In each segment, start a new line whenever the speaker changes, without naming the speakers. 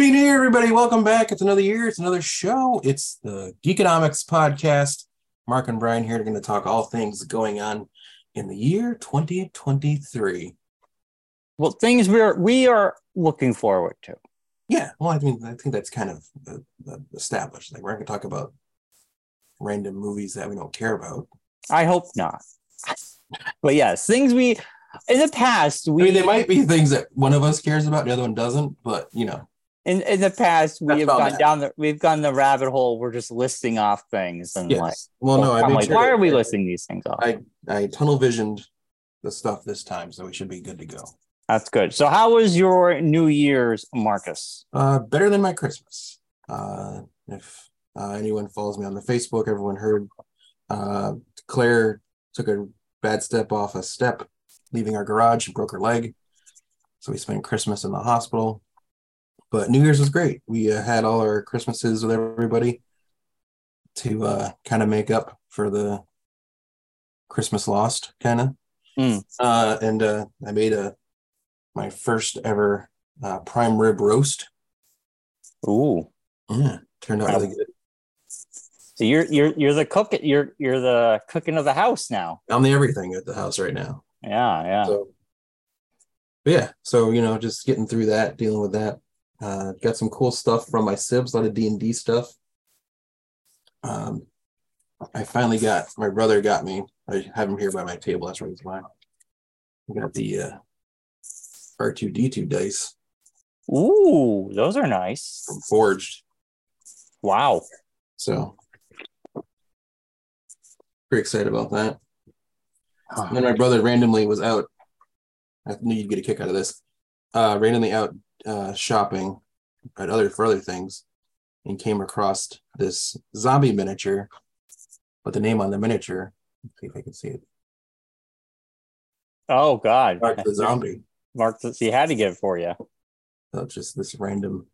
everybody, welcome back. It's another year, it's another show. It's the Geekonomics podcast. Mark and Brian here are going to talk all things going on in the year 2023.
Well, things we're we are looking forward to.
Yeah, well, I mean, I think that's kind of uh, uh, established. Like, we're not going to talk about random movies that we don't care about.
I hope not. But yes, things we in the past
I
we
mean, there might be things that one of us cares about, the other one doesn't, but you know,
in, in the past we
That's
have
about
gone
that.
down the we've gone the rabbit hole. We're just listing off things and like
yes. Well, no, I
I'm
made
like,
sure
why
that
are we listing these things off?
I, I tunnel visioned the stuff this time, so we should be good to go.
That's good. So how was your New Year's, Marcus?
Uh, better than my Christmas. Uh, if uh, anyone follows me on the Facebook, everyone heard uh, Claire took a bad step off a step, leaving our garage and broke her leg. So we spent Christmas in the hospital. But New Year's was great. We uh, had all our Christmases with everybody to uh, kind of make up for the Christmas lost, kind of.
Mm.
Uh, and uh, I made a my first ever uh, prime rib roast.
Ooh.
Yeah, turned out really good.
So you're you're you're the cook you're you're the cooking of the house now.
I'm the everything at the house right now.
Yeah, yeah.
So, but yeah, so you know, just getting through that, dealing with that. Uh, got some cool stuff from my sibs, a lot of D and D stuff. Um, I finally got my brother got me. I have him here by my table. That's where he's mine. I got the uh, R two D two dice
Ooh, those are nice.
from Forged.
Wow.
So pretty excited about that. And then my brother randomly was out. I knew you'd get a kick out of this. Uh, randomly out uh, shopping at other for other things, and came across this zombie miniature, but the name on the miniature. Let's see if I can see it.
Oh God.
Back to the zombie.
Mark he had to get it for you.
So it's just this random,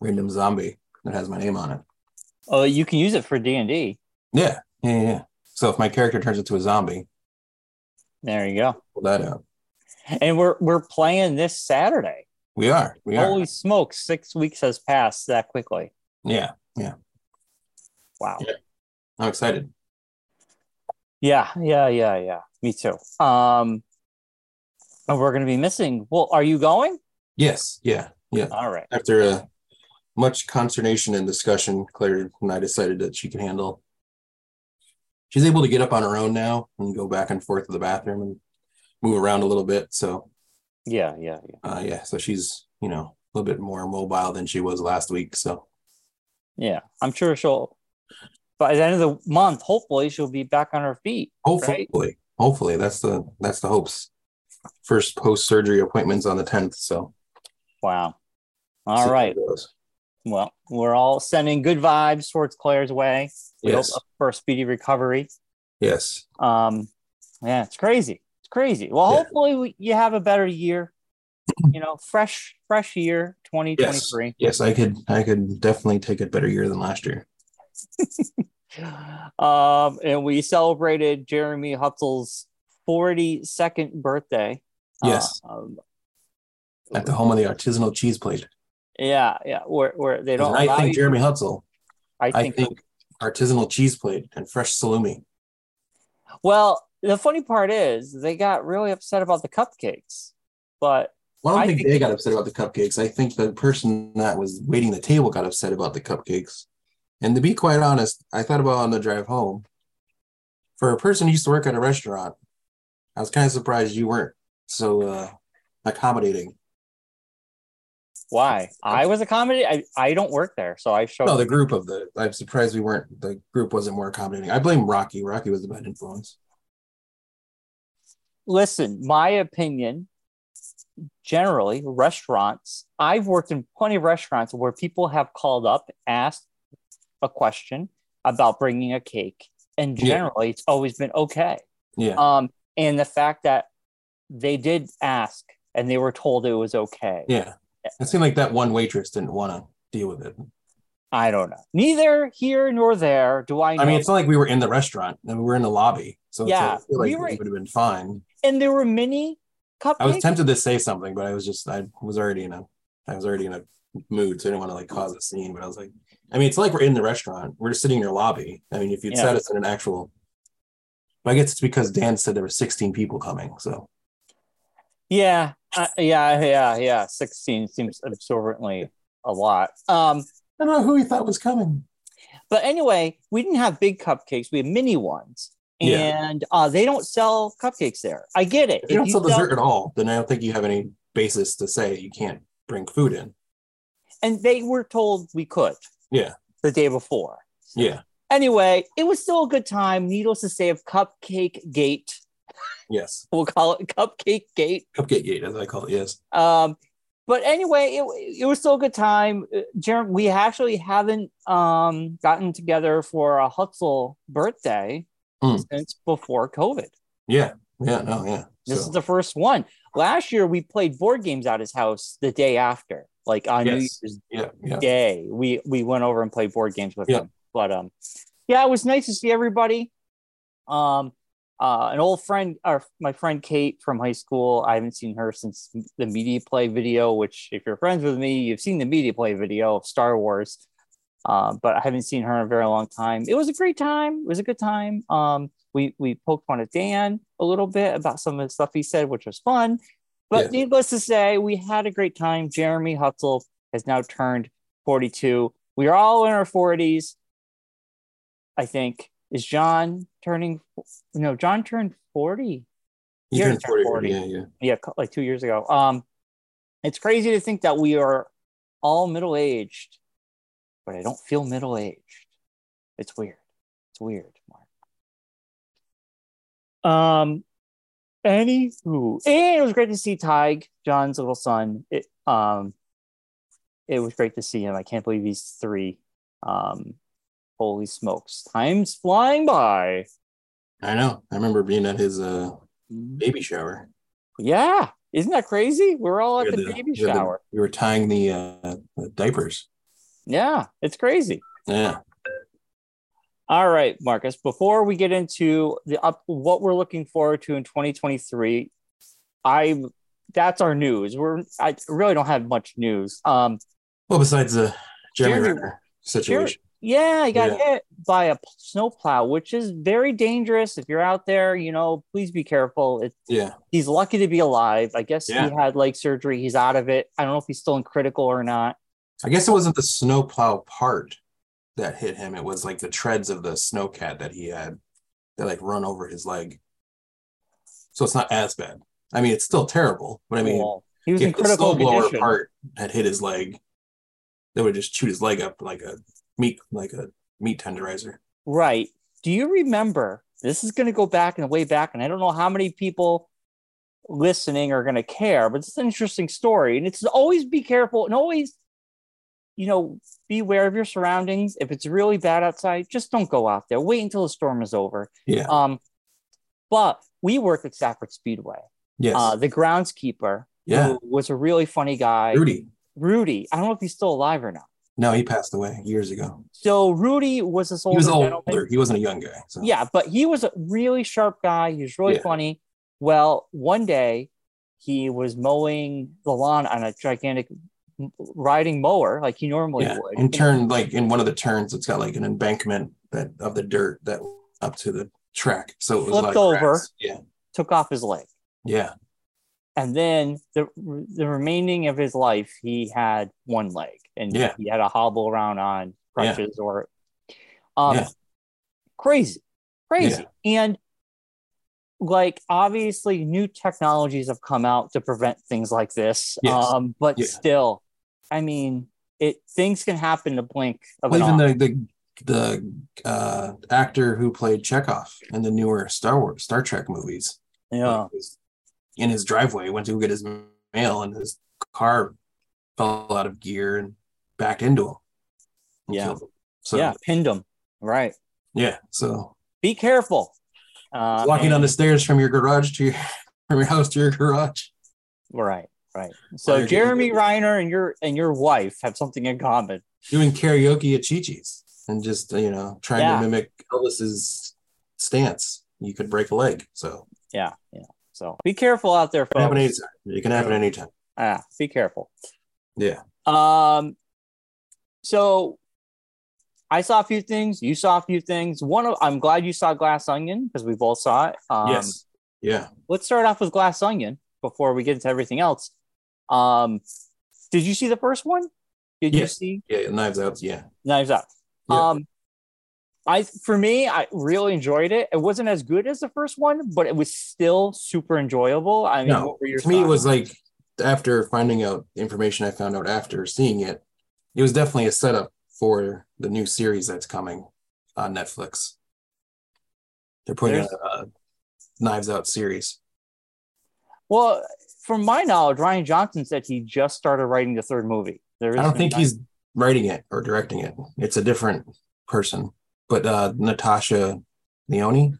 random zombie that has my name on it.
Oh, you can use it for D and D.
Yeah, yeah, yeah, yeah. So if my character turns into a zombie,
There you go.
pull that out.
And we're we're playing this Saturday.
We are, we are.
Holy smokes! Six weeks has passed that quickly.
Yeah,
Wow.
Yeah. I'm excited.
Yeah, yeah, yeah, yeah. Me too. Um, and we're gonna be missing. Well, are you going?
Yes, yeah, yeah.
All right.
after uh, much consternation and discussion, Claire and I decided that she could handle. She's able to get up on her own now and go back and forth to the bathroom and move around a little bit. So,
Yeah, yeah, yeah.
uh, yeah, so she's you know a little bit more mobile than she was last week. So,
Yeah. I'm sure she'll. By the end of the month, hopefully, she'll be back on her feet.
hopefully, hopefully that's the that's the hopes. First post surgery appointments on the tenth. So,
Wow. All
see how
right.
it goes.
Well, we're all sending good vibes towards Claire's way. We hope
Yes.
for a speedy recovery.
Yes.
Um, yeah, it's crazy. It's crazy. Well,
Yeah.
hopefully we, you have a better year. You know, fresh, fresh year, twenty twenty
Yes.
three.
Yes. I could. I could definitely take a better year than last year.
Um, and we celebrated Jeremy Hutzel's forty second birthday.
Yes.
Um,
At the home of the artisanal cheese plate.
yeah, yeah. Where where they don't.
And I
allow
think
you-
Jeremy Hutzel.
I
I
think.
think artisanal cheese plate and fresh salumi.
Well, the funny part is they got really upset about the cupcakes, but
Well, I don't
I
think,
think-
they got upset about the cupcakes. I think the person that was waiting the table got upset about the cupcakes. And to be quite honest, I thought about on the drive home. For a person who used to work at a restaurant, I was kind of surprised you weren't so uh, accommodating.
why? I was accommodated. I, I don't work there, so I showed.
No, the group of the I'm surprised we weren't the group wasn't more accommodating. I blame Rocky. Rocky was the bad influence.
listen, my opinion generally, restaurants, I've worked in plenty of restaurants where people have called up, asked a question about bringing a cake, and
Yeah.
generally it's always been okay.
Yeah.
Um, and the fact that they did ask and they were told it was okay.
yeah. It seemed like that one waitress didn't want to deal with it.
I don't know. Neither here nor there do I know.
I mean, it's not like we were in the restaurant. I mean, we were in the lobby, so it's
Yeah,
like, I feel like
we were-
it would have been fine.
and there were many cupcakes.
I was tempted to say something, but I was just I was already in a I was already in a mood, so I didn't want to like cause a scene. But I was like, I mean, it's like we're in the restaurant. We're just sitting in your lobby. I mean, if you'd
Yeah.
said us in an actual, I guess it's because Dan said there were 16 people coming. So
Yeah, uh, yeah, yeah, yeah. Sixteen seems absorbently a lot. Um,
I don't know who he thought was coming.
but anyway, we didn't have big cupcakes; we had mini ones,
Yeah.
and uh, they don't sell cupcakes there. I get it.
If you don't
you
sell dessert at all, then I don't think you have any basis to say you can't bring food in.
and they were told we could.
Yeah.
the day before.
Yeah,
Anyway, it was still a good time. Needless to say, of Cupcake Gate,
yes,
we'll call it Cupcake Gate.
cupcake gate as I call it. Yes,
Um, but anyway, it, it was still a good time. Uh, Jerem, we actually haven't um, gotten together for a Hutzel birthday
Hmm.
since before COVID.
yeah, yeah, no, yeah.
This
So,
is the first one. Last year, we played board games at his house the day after, like on New
Yes.
Year's
yeah, yeah.
Day. We we went over and played board games with
Yeah.
him. But um, yeah, it was nice to see everybody. Um, uh, an old friend, or my friend Kate from high school. I haven't seen her since the media play video. Which, if you're friends with me, you've seen the media play video of Star Wars. Uh, but I haven't seen her in a very long time. It was a great time. It was a good time. Um, we we poked fun at Dan a little bit about some of the stuff he said, which was fun. But needless to say, we had a great time. Jeremy Hutzel has now turned 42. We are all in our 40s. I think is John turning no John turned 40
You turned 40,
You're 40.
Yeah, yeah.
yeah cou- like 2 years ago um it's crazy to think that we are all middle aged but I don't feel middle aged it's weird it's weird Mark um anywho and it was great to see Tig John's little son it um it was great to see him I can't believe he's 3 um holy smokes time's flying by
I know. I remember being at his uh, baby shower.
Yeah. Isn't that crazy? We're all Oh,
We
at the,
had
baby
we had the-
shower.
we were tying the, uh, the diapers.
Yeah, it's crazy.
Yeah.
All right, Marcus, before we get into the up what we're looking forward to in 2023, I that's our news. We're I really don't have much news. Um
Well, besides the Jeremy
Jeremy-
Renner situation,
yeah, I got
Yeah.
hit by a p- snowplow, which is very dangerous. If you're out there, you know, please be careful. It's
yeah,
he's lucky to be alive. I guess
Yeah.
he had like surgery. He's out of it. I don't know if he's still in critical or not.
I guess it wasn't the snowplow part that hit him. It was like the treads of the snowcat that he had that like run over his leg. So it's not as bad. I mean, it's still terrible, but I mean,
Well, he was in
if the
critical
snowblower
condition.
part had hit his leg, they would just shoot his leg up like a meat, like a meat tenderizer.
Right. Do you remember? This is going to go back and way back, and I don't know how many people listening are going to care, but it's an interesting story. And it's always be careful and always, you know, be aware of your surroundings. If it's really bad outside, just don't go out there. Wait until the storm is over.
Yeah.
Um, but we work at Stafford Speedway.
Yes.
Uh, the groundskeeper
yeah.
who was a really funny guy,
Rudy.
Rudy. I don't know if he's still alive or not.
No, he passed away years ago.
So Rudy was this older
he was
gentleman.
older. He wasn't a young guy. So
Yeah, but he was a really sharp guy. He was really
Yeah.
funny. Well, one day he was mowing the lawn on a gigantic m- riding mower like he normally
yeah.
would.
And turned like in one of the turns, it's got like an embankment that of the dirt that up to the track. So it was
Flipped
like
over.
grass. Yeah.
took off his leg.
Yeah.
And then the the remaining of his life, he had one leg and
Yeah.
he had a hobble around on
Yeah.
crutches or um
Yeah.
crazy, crazy. And like obviously new technologies have come out to prevent things like this.
Yes.
Um, but
Yeah.
still, I mean it things can happen in a blink of
Well,
an
even
eye.
the the the uh, actor who played Chekhov in the newer Star Wars Star Trek movies.
yeah.
like, was in his driveway, went to go get his mail, and his car fell out of gear and backed into him. and
Yeah.
killed him. So
yeah,
yeah,
pinned him. Right.
so
Be careful. Uh,
walking down
and-
the stairs from your garage to your from your house to your garage.
Right, right.
Well,
So
you're
Jeremy
getting-
Reiner and your and your wife have something in common.
doing karaoke at Chi Chi's and just uh, you know trying
Yeah.
to mimic Elvis's stance. You could break a leg. So
Yeah, yeah. So be careful out there,
it can happen
folks.
anytime. It can happen anytime.
Ah, be careful.
Yeah.
Um, so I saw a few things. You saw a few things. One of I'm glad you saw Glass Onion because we both saw it. Um,
yes. Yeah.
Let's start off with Glass Onion before we get into everything else. Um, did you see the first one? Did you
Yes.
see
Yeah. Knives Out. Yeah.
Knives Out?
Yeah.
Um, I for me, I really enjoyed it. It wasn't as good as the first one, but it was still super enjoyable. I mean,
No,
what were your
to me, it
thoughts?
was like after finding out the information I found out after seeing it, it was definitely a setup for the new series that's coming on Netflix. They're putting out a, a Knives Out series.
well, from my knowledge, Ryan Johnson said he just started writing the third movie. There
I
is
don't think he's writing it or directing it. It's a different person, but uh, Natasha Leone,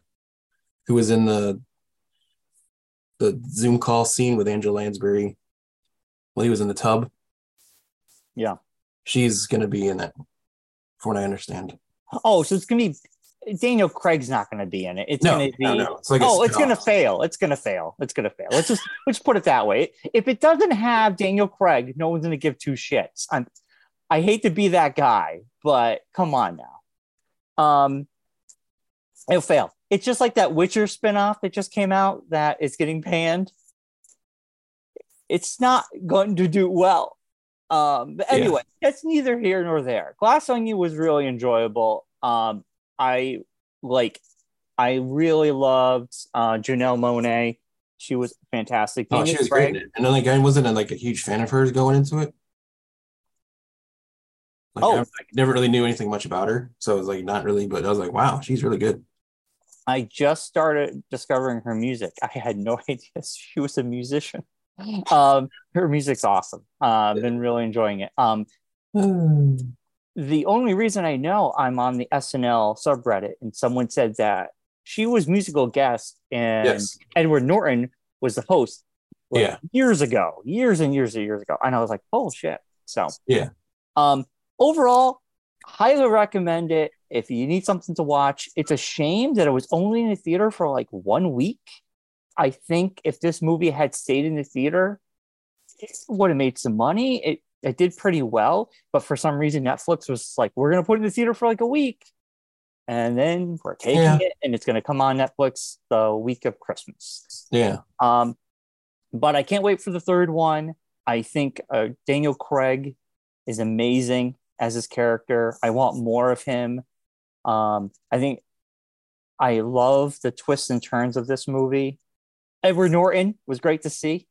who was in the the Zoom call scene with Angela Lansbury, well, he was in the tub.
Yeah.
she's gonna be in it, from what I understand.
Oh, so it's gonna be Daniel Craig's not gonna be in it. It's
No,
gonna be
no, no. It's like a
oh, it's
spin-off.
gonna fail. It's gonna fail. It's gonna fail. Let's just let's put it that way. If it doesn't have Daniel Craig, no one's gonna give two shits. I'm, I hate to be that guy, but come on now. Um, it'll fail. It's just like that Witcher spinoff that just came out that is getting panned. It's not going to do well. Um, but
Yeah.
anyway, that's neither here nor there. Glass Onion was really enjoyable. Um, I like, I really loved uh, Janelle Monet. She was fantastic.
Oh,
Daniel
she was
Craig-
great in it. And then like I wasn't like a huge fan of hers going into it. Like,
Oh.
I like, never really knew anything much about her, so it was like not really. But I was like, wow, she's really good.
I just started discovering her music. I had no idea she was a musician. Um, her music's awesome. Uh, I've been really enjoying it. Um,
Hmm.
the only reason I know I'm on the SNL subreddit, and someone said that she was musical guest and
Yes.
Edward Norton was the host. like,
Yeah.
years ago, years and years and years ago, and I was like, "Oh shit!" So
Yeah.
Um, overall, highly recommend it if you need something to watch. It's a shame that it was only in the theater for like one week. I think if this movie had stayed in the theater, it would have made some money. It it did pretty well, but for some reason Netflix was like, we're gonna put it in the theater for like a week, and then we're taking
Yeah.
it, and it's gonna come on Netflix the week of Christmas.
Yeah,
Um, but I can't wait for the third one. I think uh, Daniel Craig is amazing as his character. I want more of him. Um, I think I love the twists and turns of this movie. Edward Norton was great to see.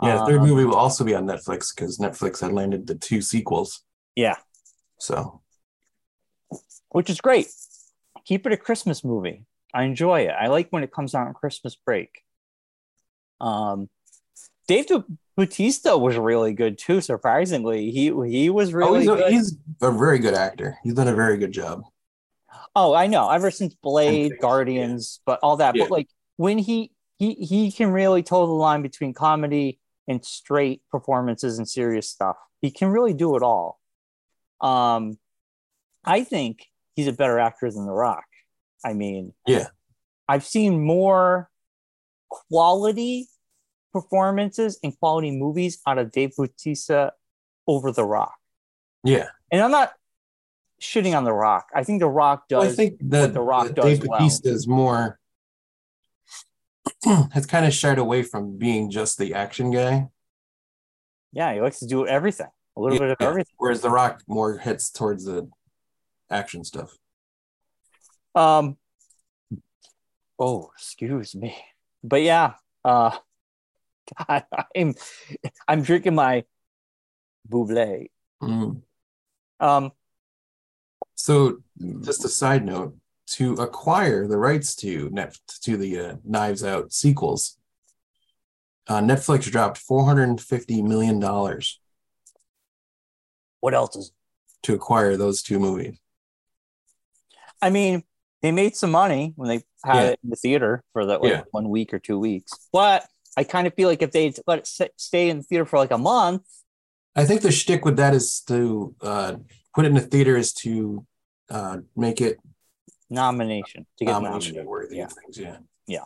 yeah. The third
Um,
movie will also be on Netflix because Netflix had landed the two sequels.
Yeah,
So oh,
which is great. Keep it a Christmas movie. I enjoy it. I like when it comes out on Christmas break. Um, Dave Bautista was really good too. Surprisingly, he he was
oh,
really
he's,
good.
a, he's a very good actor. He's done a very good job.
Oh, I know. Ever since
And
Blade,
things,
Guardians, but all that. But
Yeah.
like when he he he can really toe the line between comedy and straight performances and serious stuff. He can really do it all. Um, I think he's a better actor than The Rock. I mean,
Yeah.
I've seen more quality performances and quality movies out of Dave Bautista over The Rock.
Yeah,
And I'm not shitting on The Rock. I think The Rock does.
well, I think that
The Rock
that
does
Dave
well.
Bautista is more has kind of shied away from being just the action guy.
Yeah, he likes to do everything, a little bit of
Yeah.
everything.
Whereas The Rock more hits towards the action stuff.
Um, oh, excuse me, but yeah, uh, God, I'm I'm drinking my buble.
Mm.
Um,
So, just a side note: to acquire the rights to net to the uh, Knives Out sequels, uh, Netflix dropped four hundred and fifty million dollars
what else is?
to acquire those two movies.
I mean, they made some money when they had
Yeah.
it in the theater for that like
Yeah.
one week or two weeks, but I kind of feel like if they let it sit, stay in the theater for like a month,
I think the shtick with that is to uh, put it in the theater is to uh, make it um,
nomination to get
nomination
nominated.
worthy
Yeah.
and things. Yeah,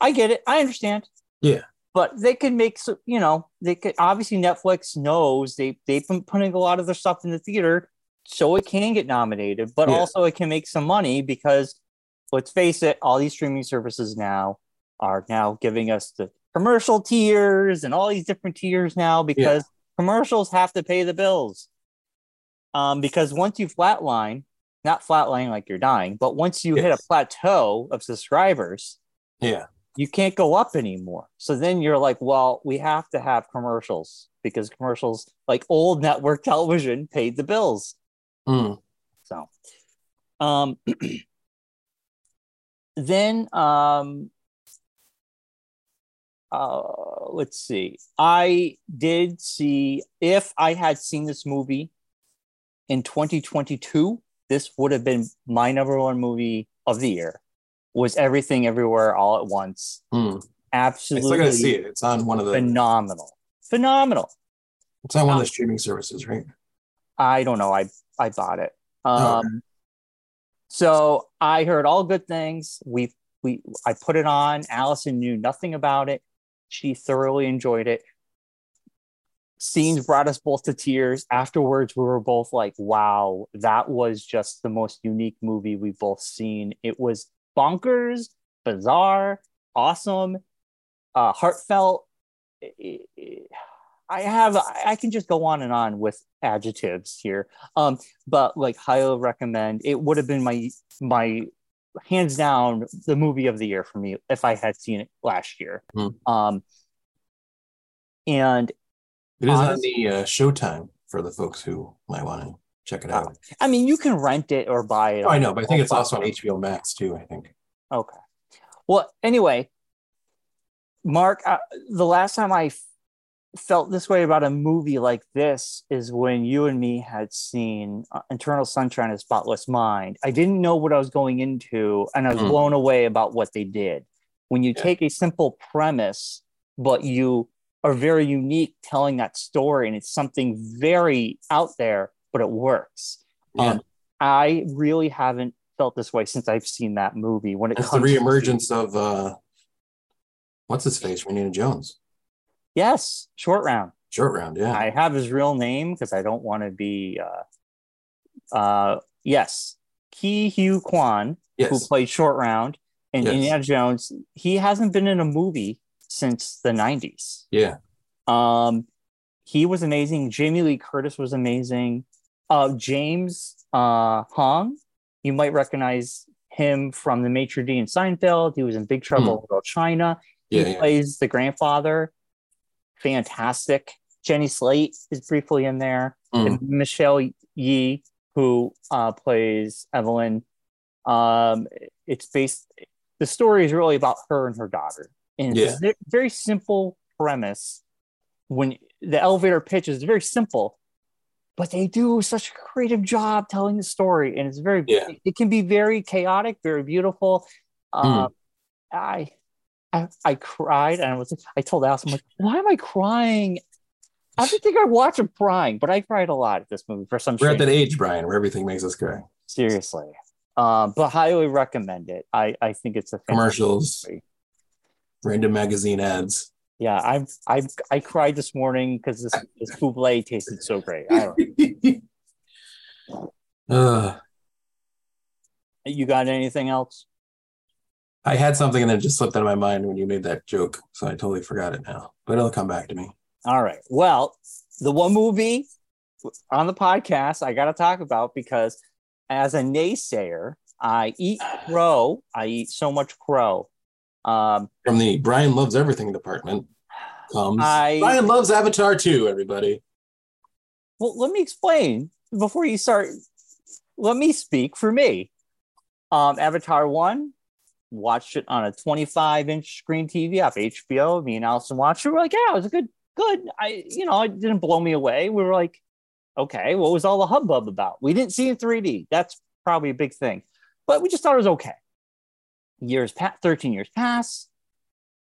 I get it. I understand.
Yeah.
but they could make so you know they could obviously Netflix knows they they've been putting a lot of their stuff in the theater, so it can get nominated, but
Yeah.
also it can make some money because let's face it, all these streaming services now are now giving us the commercial tiers and all these different tiers now because commercials have to pay the bills. Um, because once you flatline, not flatline like you're dying, but once you hit a
Yes.
plateau of subscribers,
Yeah.
you can't go up anymore. So then you're like, well, we have to have commercials because commercials, like old network television, paid the bills.
Mm.
So, um, then, um, uh, let's see. I did see if I had seen this movie in 2022, this would have been my number one movie of the year. Was everything everywhere all at once?
Mm. I
Absolutely
still gotta see it. It's on one of the.
phenomenal, phenomenal.
It's on one of the streaming services, right?
I don't know. I I bought it. Um,
Oh,
So I heard all good things. We we I put it on. Allison knew nothing about it. She thoroughly enjoyed it. Scenes brought us both to tears. Afterwards, we were both like, "Wow, that was just the most unique movie we've both seen." It was bonkers, bizarre, awesome, uh, heartfelt. I- I I have I I can just go on and on with adjectives here um but like highly recommend it would have been my my hands down the movie of the year for me if i had seen it last year
Hmm.
um and
It is on
honest-
the uh, Showtime for the folks who might want to check it out.
i mean you can rent it or buy it
Oh, I know, but I think it's
Well,
also on HBO Max too. I think.
Okay. Well, anyway, Mark, uh, the last time I f- felt this way about a movie like this is when you and me had seen uh, Internal Sunshine of the Spotless Mind. I didn't know what I was going into, and I was
Mm.
blown away about what they did. When you
Yeah.
take a simple premise, but you are very unique telling that story, and it's something very out there, but it works.
Yeah,
Um, I really haven't felt this way since I've seen that movie. When it
it's the
comes
reemergence of uh, what's his face, Renina Jones,
Yes, short round.
short round. Yeah,
I have his real name because I don't want to be. Uh, uh, yes, Ki Hugh Kwan, who
yes,
played short round and
Yes.
Indiana Jones. He hasn't been in a movie since the '90s.
yeah,
Um, he was amazing. Jamie Lee Curtis was amazing. Uh, James uh, Hong, you might recognize him from the Maitre D in Seinfeld. He was in Big
Hmm.
Trouble in Little China he
yeah, yeah.
plays the grandfather. Fantastic. Jenny Slate is briefly in there.
Mm.
And Michelle Yee, who uh, plays Evelyn. Um, it's based. The story is really about her and her daughter, and it's a ve- very simple premise. When the elevator pitch is very simple, but they do such a creative job telling the story, and it's very.
Yeah.
It can be very chaotic, very beautiful.
Mm.
Um, I. I, I cried and I was I told Allison I'm like why am I crying? I don't think I watched him crying, but I cried a lot at this movie for some
We're at that
strange-
age, Brian, where everything makes us cry.
seriously. Um, but highly recommend it. I, I think it's a fantastic
Commercials,
movie.
random magazine ads.
Yeah, I'm I I cried this morning because this this Buble tasted so great. I don't,
uh,
you got anything else?
I had something and then it just slipped out of my mind when you made that joke, so I totally forgot it now. But it'll come back to me.
All right. Well, the one movie on the podcast I got to talk about because as a naysayer, I eat crow. I eat so much crow. Um,
From the Brian loves everything department comes
I-
Brian loves Avatar too. Everybody,
Well, let me explain before you start. Let me speak for me. Um, Avatar One, watched it on a 25 inch screen TV off HBO. Me and Allison watched it. We're like, yeah, it was a good, good. I, you know, it didn't blow me away. We were like, okay, what was all the hubbub about? We didn't see it in 3D. That's probably a big thing, but we just thought it was okay. Years pass, 13 years pass.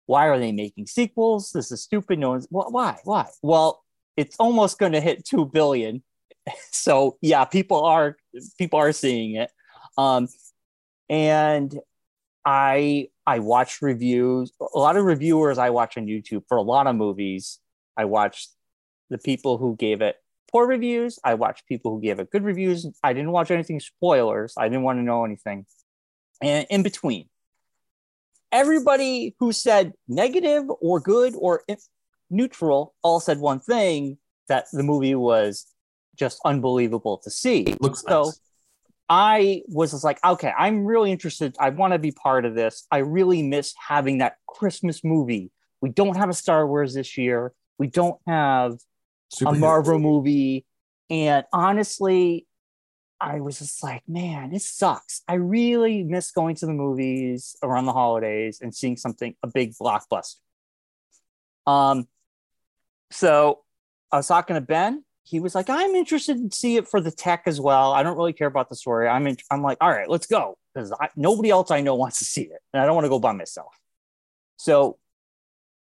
Why are they making sequels? This is stupid. No one's, wh- why, why? Well, it's almost going to hit 2 billion. So yeah, people are, people are seeing it. Um, and I I watch reviews. A lot of reviewers I watch on YouTube for a lot of movies. I watch the people who gave it poor reviews. I watched people who gave it good reviews. I didn't watch anything spoilers. I didn't want to know anything. And in between, everybody who said negative or good or if- neutral all said one thing that the movie was just unbelievable to see.
Looks
so
nice.
I was just like, okay, I'm really interested. I want to be part of this. I really miss having that Christmas movie. We don't have a Star Wars this year. We don't have a
Superhero.
Marvel movie. And honestly, I was just like, man, this sucks. I really miss going to the movies around the holidays and seeing something, a big blockbuster. Um, so I was talking to Ben. He was like, I'm interested in see it for the tech as well. I don't really care about the story. I'm in, I'm like, all right, let's go. Because nobody else I know wants to see it. And I don't want to go by myself. So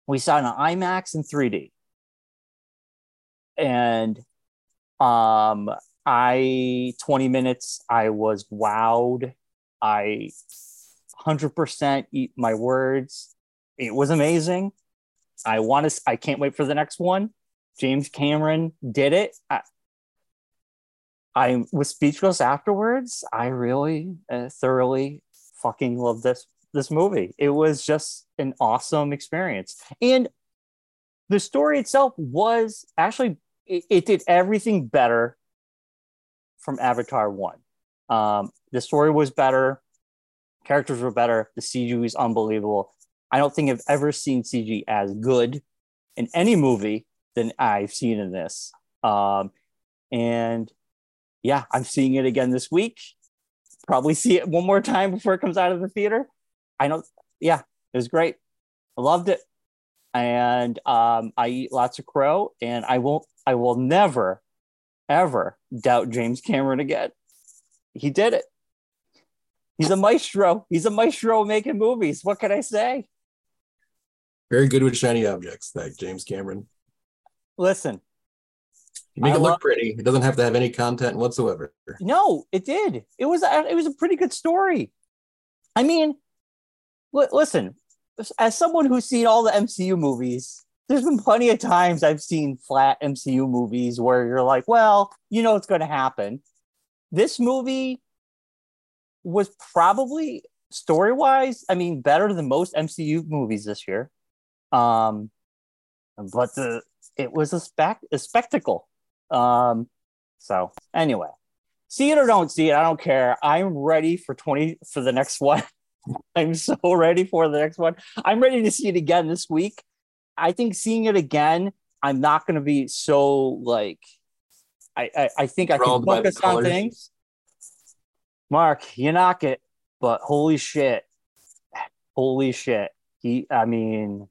we saw it on IMAX and 3D and um i 20 minutes i was wowed i 100% eat my words it was amazing i want to i can't wait for the next one james cameron did it i, I was speechless afterwards i really uh, thoroughly fucking loved this this movie it was just an awesome experience and the story itself was actually it, it did everything better from avatar 1 um, the story was better characters were better the cg was unbelievable i don't think i've ever seen cg as good in any movie than i've seen in this um, and yeah i'm seeing it again this week probably see it one more time before it comes out of the theater i don't yeah it was great i loved it and um, I eat lots of crow, and I won't, I will never, ever doubt James Cameron again. He did it. He's a maestro. He's a maestro making movies. What can I say?
Very good with shiny objects, like James Cameron.
Listen,
You make
I
it look
love-
pretty. It doesn't have to have any content whatsoever.
no, it did. It was, a, it was a pretty good story. I mean, li- listen, as someone who's seen all the MCU movies, there's been plenty of times I've seen flat MCU movies where you're like, well, you know it's going to happen. This movie was probably story wise, I mean, better than most MCU movies this year. Um, but the it was a spec a spectacle. Um, so anyway, see it or don't see it, I don't care. I'm ready for twenty for the next one. I'm so ready for the next one. I'm ready to see it again this week. I think seeing it again, I'm not going to be so like. I I, I think I can
Enthralled by the
focus on
colors.
things. Mark, you knock it, but holy shit, holy shit. He, I mean,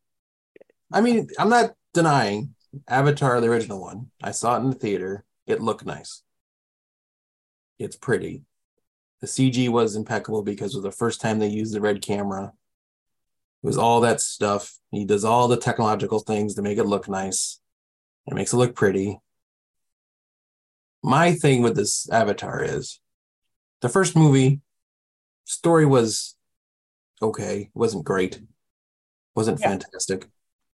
I mean, I'm not denying Avatar, the original one. I saw it in the theater. It looked nice. It's pretty. The CG was impeccable because it was the first time they used the red camera. It was all that stuff. He does all the technological things to make it look nice. It makes it look pretty. My thing with this Avatar is the first movie story was okay. It wasn't great. Wasn't
Yeah.
fantastic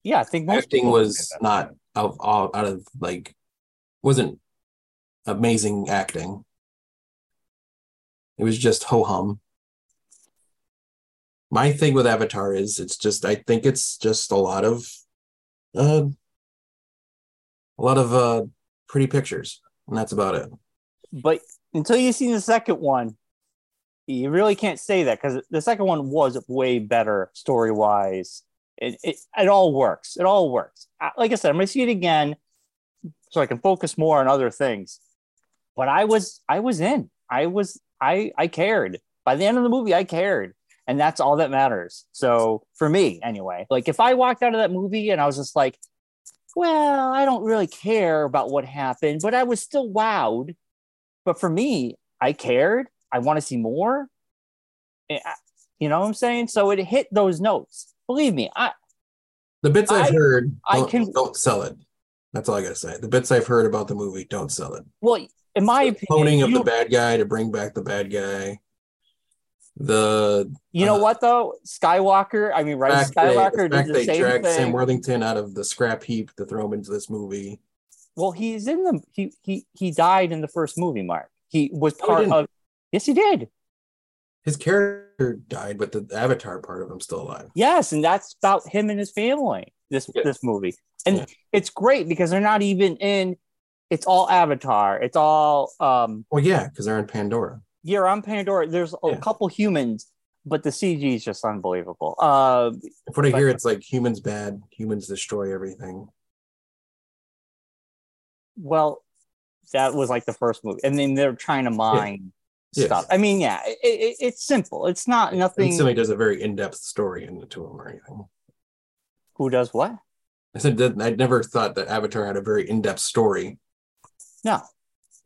yeah, I think most
acting
people would say
was
that.
not out, all out of like wasn't amazing acting. It was just ho hum. My thing with Avatar is it's just I think it's just a lot of uh, a lot of uh, pretty pictures, and that's about it.
but until you've seen the second one, you really can't say that because the second one was way better story wise. It, it it all works. It all works. I, like I said, I'm gonna see it again so I can focus more on other things. But I was I was in. I was I I cared. By the end of the movie, I cared. And that's all that matters. So for me, anyway, like if I walked out of that movie and I was just like, well, I don't really care about what happened, but I was still wowed but for me i cared i want to see more Eh, I- you know what i'm saying so it hit those notes believe me i
The bits I've
I-
heard
I
don't,
can-
don't sell it. That's all I gotta say. The bits I've heard about the movie don't sell it.
well in my
the cloning
opinion
of the
you-
bad guy to bring back the bad guy. The
You know
Uh,
what though? Skywalker, I mean, right?
fact that-
Skywalker
the fact
did the
they
same
dragged
thing.
Sam Worthington out of the scrap heap to throw him into this movie.
well, he's in the he he he died in the first movie, Mark. He was
Oh, he
part
didn't.
of Yes, he did.
His character died, but the Avatar part of him's still alive.
Yes, and that's about him and his family. This
Yeah.
this movie, and
Yeah.
it's great because they're not even in. It's all Avatar. It's all um.
Well, yeah, because they're in Pandora.
Yeah, on Pandora. There's a
Yeah.
couple humans, but the CG is just unbelievable. Uh,
From what I
But-
hear, it's like humans bad, humans destroy everything.
well, that was like the first movie, and then they're trying to mine
Yeah.
stuff. I mean, yeah, it, it, it's simple. It's not
And
nothing.
somebody does a very in-depth story into him or anything.
Who does what?
I said that I never thought that Avatar had a very in-depth story.
No.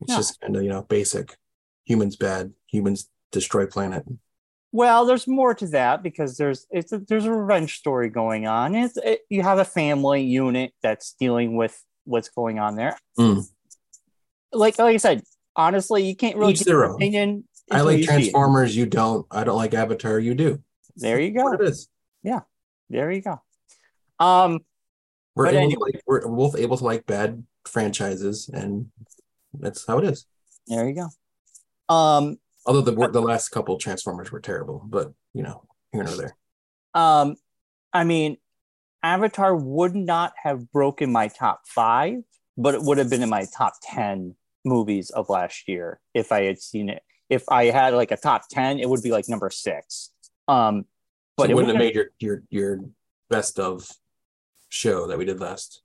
It's
No.
just kind of you know basic. Humans bad. Humans destroy planet.
Well, there's more to that because there's it's a, there's a revenge story going on. It's it, you have a family unit that's dealing with what's going on there.
Mm.
Like like I said, honestly, you can't really
Each
get
their
an
own.
opinion.
I
until
like
you see it.
Transformers. You don't. I don't like Avatar. You do.
There you
What
go.
it is.
There you go. Um,
We're
But
able
anyway.
to like, we're both able to like bad franchises, and that's how it is.
there you go. Um,
Although the wor- the last couple Transformers were terrible, but you know here and there.
um, I mean, Avatar would not have broken my top five, but it would have been in my top ten movies of last year if I had seen it. If I had like a top ten, it would be like number six. Um,
But
but
it wouldn't
would
have made your your your best of show that we did last.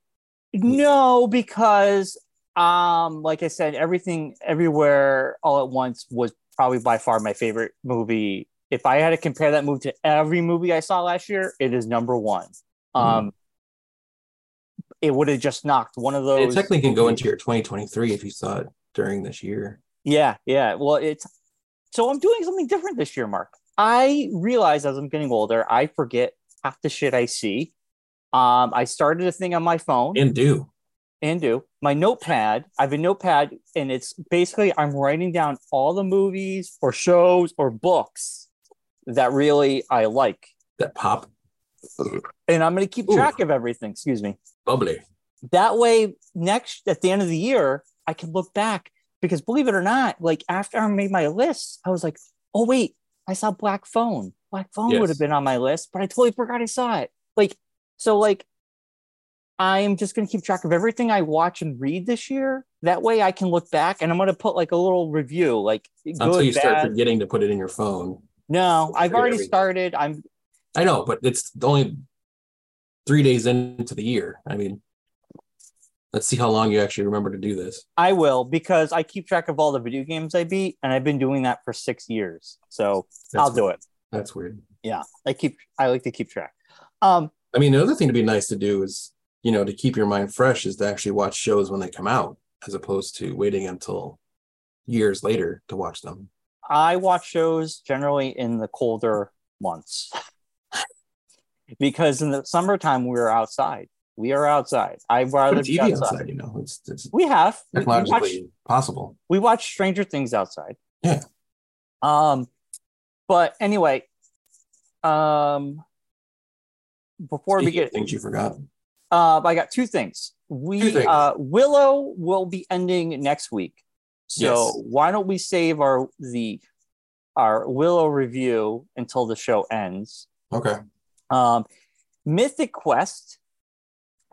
No, because um, like I said, everything everywhere all at once was probably by far my favorite movie. If I had to compare that movie to every movie I saw last year, it is number one. Um, it would have just knocked one of
It
those.
technically can go
movies.
into your 2023 if you saw it during this year.
Yeah, yeah. Well, it's so I'm doing something different this year, Mark. I realize as I'm getting older, I forget half the shit I see. Um, I started a thing on my phone.
and do.
and do my notepad i have a notepad and it's basically i'm writing down all the movies or shows or books that really i like
that pop
and i'm going to keep
Ooh.
track of everything excuse me
bubbly.
that way next at the end of the year i can look back because believe it or not like after i made my list i was like oh wait i saw black phone black phone
Yes.
would have been on my list but i totally forgot i saw it like so like i'm just going to keep track of everything i watch and read this year that way i can look back and i'm going to put like a little review like
Until
good,
you start
bad.
forgetting to put it in your phone.
no i've
Forget
already
everything.
started i'm
I know, but it's only three days into the year. I mean, let's see how long you actually remember to do this.
i will because i keep track of all the video games i beat and i've been doing that for six years so
That's
i'll do it
That's weird.
yeah i keep i like to keep track um
I mean, another thing to be nice to do is, you know, to keep your mind fresh is to actually watch shows when they come out, as opposed to waiting until years later to watch them.
i watch shows generally in the colder months because in the summertime we're outside we are outside i'd
Put
rather
a
be
TV
outside.
outside, you know, it's, it's
we have we, we uh, watch,
technologically possible.
we watch stranger things outside
Yeah.
um but anyway um before we
Speaking of
get
things you forgot.
Uh, I got two things. We
Two things.
Uh, Willow will be ending next week, so
Yes.
why don't we save our the our Willow review until the show ends?
Okay.
Um, Mythic Quest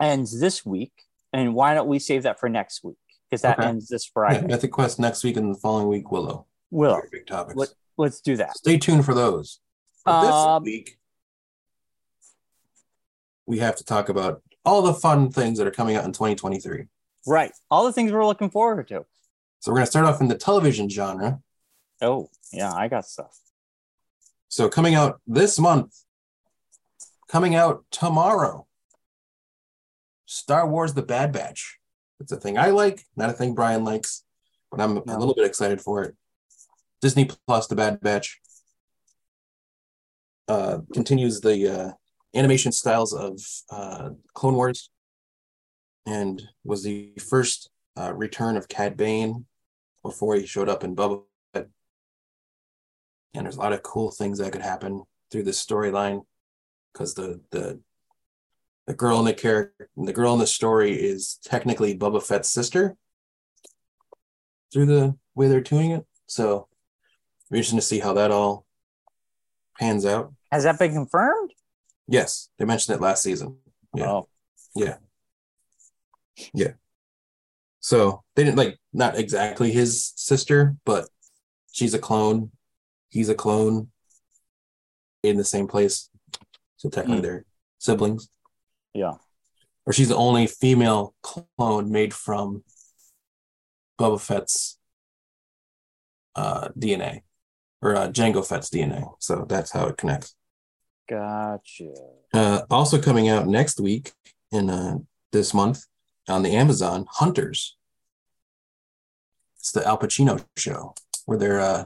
ends this week, and why don't we save that for next week because that
Okay.
ends this
Right.
Friday.
Mythic Quest next week and the following week, Willow.
Willow,
Very big topics.
what- let's do that.
Stay tuned for those. But this
Um,
week, we have to talk about all the fun things that are coming out in 2023.
Right, all the things we're looking forward to.
So we're going to start off in the television genre.
Oh, yeah, I got stuff.
So coming out this month, coming out tomorrow, Star Wars: The Bad Batch. It's a thing I like, not a thing Brian likes, but I'm a
No.
little bit excited for it. Disney Plus: The Bad Batch uh, continues the uh, animation styles of uh, Clone Wars, and was the first uh, return of Cad Bane before he showed up in Bubba. Fett. and there's a lot of cool things that could happen through this storyline because the the the girl in the character the girl in the story is technically Boba Fett's sister through the way they're doing it. So it'll be interesting to see how that all pans out.
Has that been confirmed?
Yes, they mentioned it last season. Yeah.
Oh,
So they didn't like not exactly his sister, but she's a clone. He's a clone in the same place. So technically
Mm.
they're siblings.
Yeah.
Or she's the only female clone made from Boba Fett's uh, DNA or uh, Jango Fett's DNA. So that's how it connects.
gotcha.
Uh, also coming out next week in uh, this month on the Amazon, Hunters. It's the Al Pacino show where they're. Uh,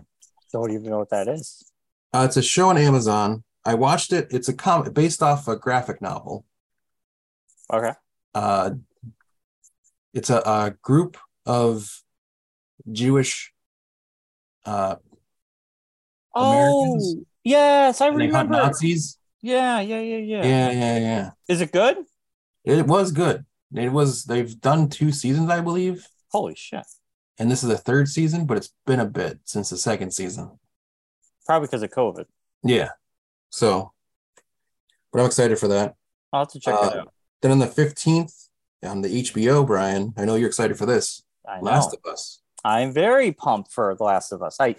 Don't even know what that is.
uh, it's a show on Amazon. I watched it. It's a com based off a graphic novel.
Okay.
Uh, it's a, a group of Jewish. Uh, Americans?
Oh, yes, I
and they hunt
remember.
Nazis.
Yeah, yeah, yeah, yeah,
Yeah, yeah, yeah.
Is it good?
It was good. It was. They've done two seasons, I believe.
Holy shit!
and this is the third season, but it's been a bit since the second season.
Probably because of COVID.
Yeah. So, but I'm excited for that.
I'll have to check
Uh,
it out.
Then on the 15th, on the HBO, Brian, I know you're excited for this.
I know.
Last of Us.
I'm very pumped for The Last of Us. I,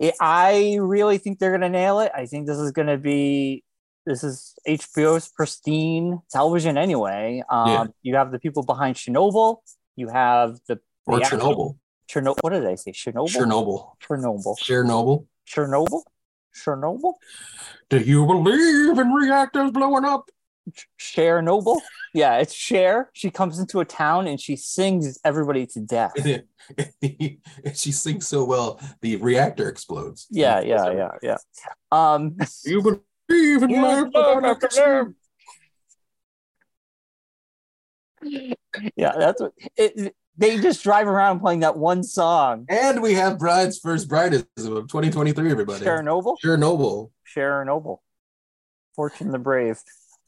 I- I really think they're gonna nail it. I think this is gonna be this is HBO's pristine television anyway. Um,
Yeah.
You have the people behind Chernobyl. You have the
Or
Yeah.
Chernobyl.
Chernobyl. What did I say? Chernobyl.
Chernobyl.
Chernobyl.
Chernobyl.
Chernobyl. Chernobyl.
Do you believe in reactors blowing up?
Share Noble. Yeah, it's Cher. She comes into a town and she sings everybody to death.
she sings so well, the reactor explodes.
Yeah, yeah, yeah, yeah. Um,
Do you believe in life after death?
yeah, that's what it, they just drive around playing that one song.
And we have Bride's first brideism of 2023, everybody.
Cher Noble.
Chernobyl.
Cher Noble. Fortune the Brave.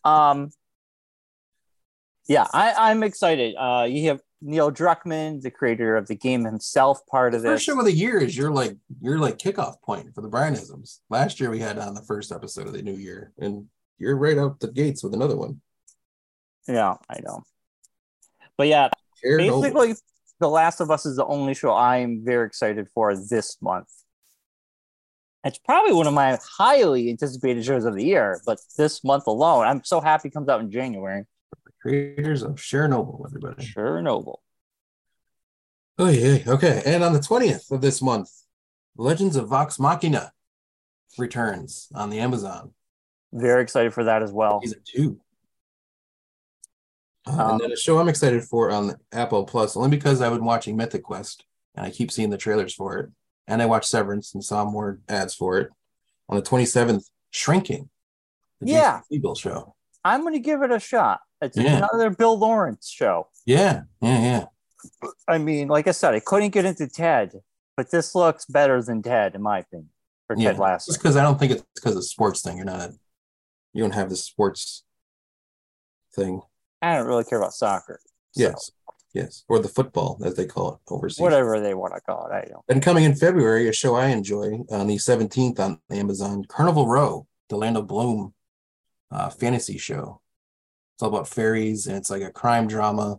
Um, yeah, I, I'm excited. Uh, you have Neil Druckmann, the creator of the game himself, part of
First
this.
show of the year is your like your like kickoff point for the Brianisms. Last year we had on the first episode of the new year, and you're right out the gates with another one.
Yeah, I know. But yeah,
Aaron Noble.
basically the last of us is the only show i'm very excited for this month it's probably one of my highly anticipated shows of the year but this month alone i'm so happy it comes out in january
creators of Chernobyl, everybody.
sure noble
Oh yeah, okay. And on the twentieth of this month, Legends of Vox Machina returns on the Amazon
very excited for that as well
season two. Uh,
Um,
and then a show I'm excited for on Apple Plus, only because I've been watching Mythic Quest and I keep seeing the trailers for it. And I watched Severance and saw more ads for it. On the 27th, Shrinking.
Yeah.
Eagle show.
i'm going to give it a shot it's
Yeah.
another bill lawrence show
Yeah. Yeah. Yeah.
i mean like i said i couldn't get into ted but this looks better than ted in my opinion or
Yeah.
ted lasso
Just because I don't think it's because of sports thing. You're not, you don't have the sports thing.
i don't really care about soccer so
Yes. Yes. Or the football, as they call it overseas.
whatever they want to call it i don't
And coming in February, a show I enjoy on the 17th on Amazon, Carnival Row, the Land of Bloom uh, fantasy show. It's all about fairies and it's like a crime drama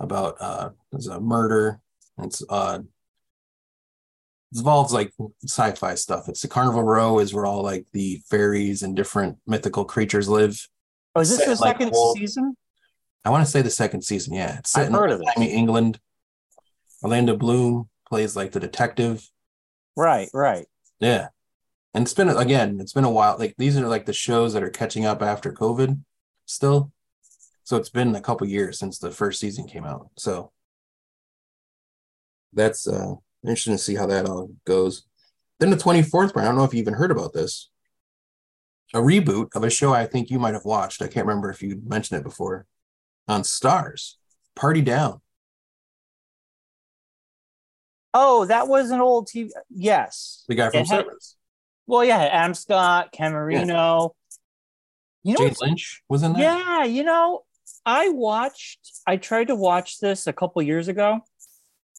about uh, there's a murder. It's uh, it involves like sci-fi stuff. It's the Carnival Row is where all like the fairies and different mythical creatures live.
Oh, is this
Set
the
like
second
wolf-
season?
I want to say the second season. Yeah, it's set
I've
in
heard of
old-timey
this.
England. Orlando Bloom plays like the detective.
Right, right.
Yeah. And it's been again, it's been a while. Like these are like the shows that are catching up after COVID still. So it's been a couple years since the first season came out. So that's uh interesting to see how that all goes. Then the 24th, Brian, I don't know if you even heard about this. A reboot of a show I think you might have watched. I can't remember if you mentioned it before. On Stars, Party Down.
Oh, that was an old TV. Yes.
The guy from
It had-
Severance.
Well, yeah, Adam Scott, Camerino. You know,
Jane Lynch was in there.
yeah, you know, I watched. I tried to watch this a couple years ago,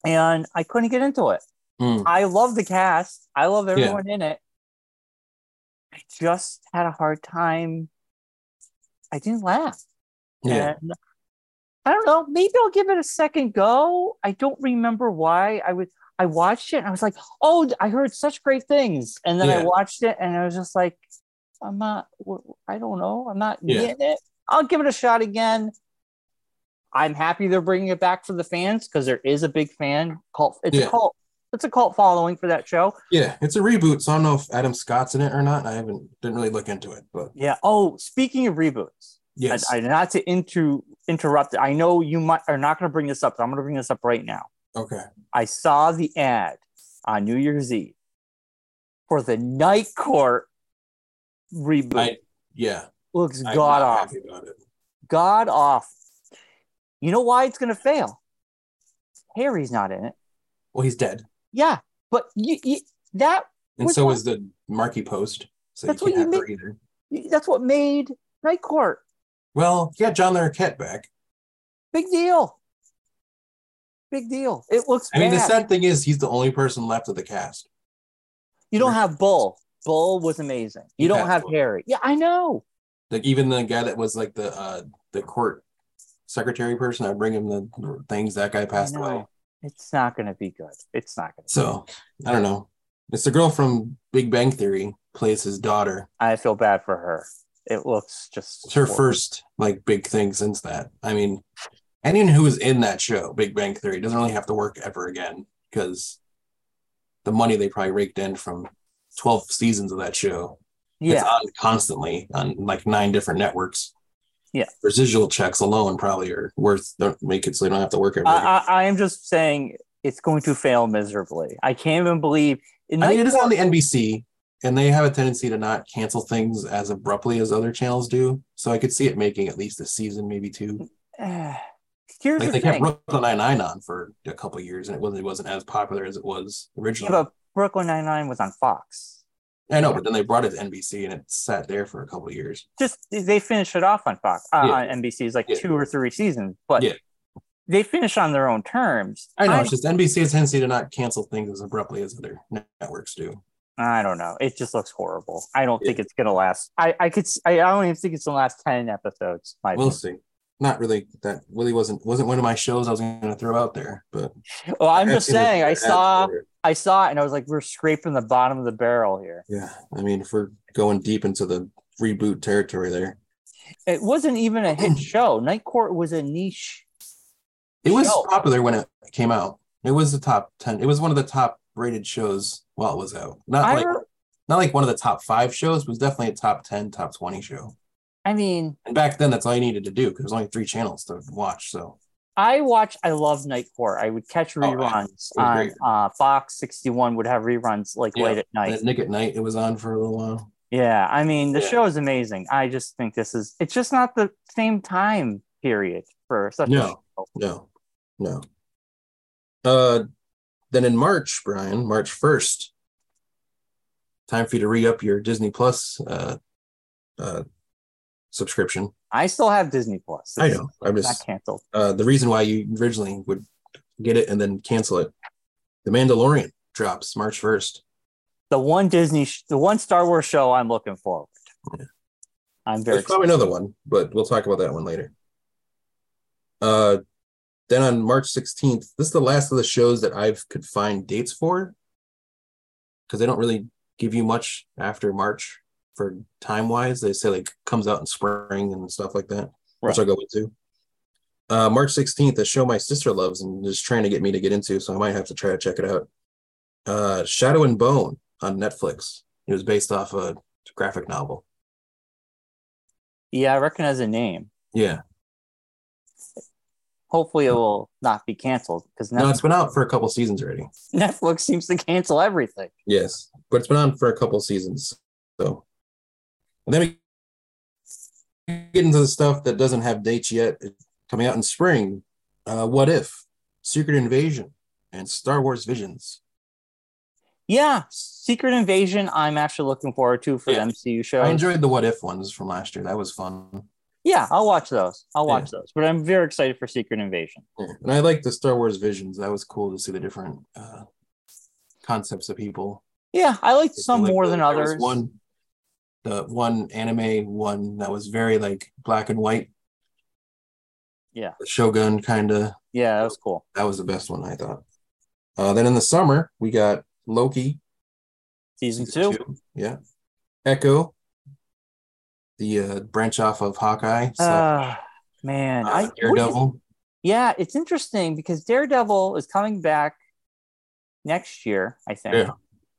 and I couldn't get into it.
Mm.
I love the cast. I love
Yeah.
everyone in it. I just had a hard time. I didn't laugh.
yeah.
And I don't know. Maybe I'll give it a second go. I don't remember why I would. I watched it and I was like, "Oh, I heard such great things," and then I
Yeah.
watched it and I was just like, "I'm not. w- I don't know. I'm not
Yeah.
getting it. I'll give it a shot again." I'm happy they're bringing it back for the fans because there is a big fan cult. It's
Yeah.
a cult. It's a cult following for that show.
Yeah, it's a reboot, so I don't know if Adam Scott's in it or not. I haven't didn't really look into it, but
Yeah. Oh, speaking of reboots,
yes,
I, I, not to into, interrupt. I know you might are not going to bring this up, so I'm going to bring this up right now.
okay,
I saw the ad on New Year's Eve for the Night Court reboot.
I- yeah,
Looks
I'm not
god off.
happy about it.
God off. You know why it's going to fail? Harry's not in it.
Well, he's dead,
Yeah, but you, you, that
and
Which
so
one?
is the Marky Post, so
That's
you can't
what you
have her either.
that's what made Night Court
Well, yeah, John Larroquette back.
big deal. Big deal. It looks
I mean, the
bad.
sad thing is he's the only person left of the cast.
you don't have Bull. Bull was amazing. You don't
Yeah.
have Harry. Yeah, I know.
Like even the guy that was like the uh the court secretary person, I bring him the things that guy passed
I know.
away.
It's not going to be good. It's not going to.
So I don't know. It's the girl from Big Bang Theory plays his daughter.
I feel bad for her. It looks just
It's her
horrible.
first like big thing since that. I mean, anyone who was in that show, Big Bang Theory, doesn't really have to work ever again because the money they probably raked in from 12 seasons of that show it's
Yeah,
on constantly on like nine different networks.
Yeah.
Residual checks alone probably are worth don't make it so they don't have to work ever. again.
I, I, I am just saying it's going to fail miserably. I can't even believe.
I mean, it is on the NBC, and they have a tendency to not cancel things as abruptly as other channels do. So I could see it making at least a season, maybe two.
Here's
Like
the
they kept
thing
Brooklyn Nine Nine on for a couple of years, and it wasn't it wasn't as popular as it was originally.
about Brooklyn Nine Nine was on Fox.
I know, but then they brought it to NBC, and it sat there for a couple of years.
Just they finished it off on Fox uh,
Yeah.
on NBC. It's like
Yeah.
two or three seasons, but
Yeah.
they finish on their own terms.
I know it's just NBC has a tendency to not cancel things as abruptly as other net- networks do.
I don't know. It just looks horrible. I don't
Yeah.
think it's gonna last. I I could. s- I, I don't even think it's gonna last ten episodes. My
We'll
opinion.
see. Not really. That really wasn't wasn't one of my shows I was going to throw out there, but
well, I'm just saying. I saw.
Absolutely.
I saw it and I was like, we're scraping the bottom of the barrel here.
Yeah, I mean, if we're going deep into the reboot territory, there,
It wasn't even a hit show. Night Court was a niche.
it was
Show.
popular when it came out. It was the top ten. It was one of the top rated shows while it was out. Not
I,
like
re-
not like one of the top five shows, but it was definitely a top ten, top twenty show.
I mean,
And back then, that's all you needed to do because there's only three channels to watch. So
I watched, I love Night Court. I would catch
I-
reruns
Oh, it was
on
great.
uh, Fox 61, would have reruns like
Yeah,
late at
and
night.
then Nick at Night, it was on for a little while.
yeah. I mean, the
Yeah.
show is amazing. I just think this is, it's just not the same time period for such a
No.
show.
No, no. Uh, then in March, Brian, March first, time for you to re up your Disney Plus uh, uh, subscription.
I still have Disney Plus.
I
It's
know. I'm
Not
just
canceled.
uh, the reason why you originally would get it and then cancel it. The Mandalorian drops March first.
The one Disney, sh- the one Star Wars show I'm looking forward to.
Yeah.
I'm very
There's
excited.
probably another one, but we'll talk about that one later. Uh, then on March 16th, this is the last of the shows that I've could find dates for because they don't really give you much after March for time wise. They say like comes out in spring and stuff like that,
Right.
which I'll go into. Uh, March 16th, a show my sister loves and is trying to get me to get into, so I might have to try to check it out. Uh, Shadow and Bone on Netflix. It was based off a graphic novel.
Yeah, I recognize the name.
Yeah.
hopefully it will not be canceled because
No, it's been out for a couple seasons already.
Netflix seems to cancel everything.
Yes, but it's been on for a couple seasons. So, and then we get into the stuff that doesn't have dates yet. It's coming out in spring. Uh, what if Secret Invasion and Star Wars Visions.
Yeah, Secret Invasion. I'm actually looking forward to for
Yeah.
the MCU show.
I enjoyed the What If ones from last year. That was fun.
yeah, I'll watch those. I'll watch those. But I'm very excited for Secret Invasion.
And I like the Star Wars Visions. That was cool to see the different uh, concepts of people.
Yeah, I liked some
Like,
more
the-
than
there was
others.
One, the one anime one that was very like black and white.
Yeah.
The Shogun kind of.
Yeah, that was cool.
That was the best one I thought. Uh, then in the summer we got Loki
Season two.
yeah, Echo, the uh, branch off of Hawkeye, slash,
Ah, man,
uh,
I what do you-
Daredevil.
Yeah, it's interesting because Daredevil is coming back next year, I think.
Yeah.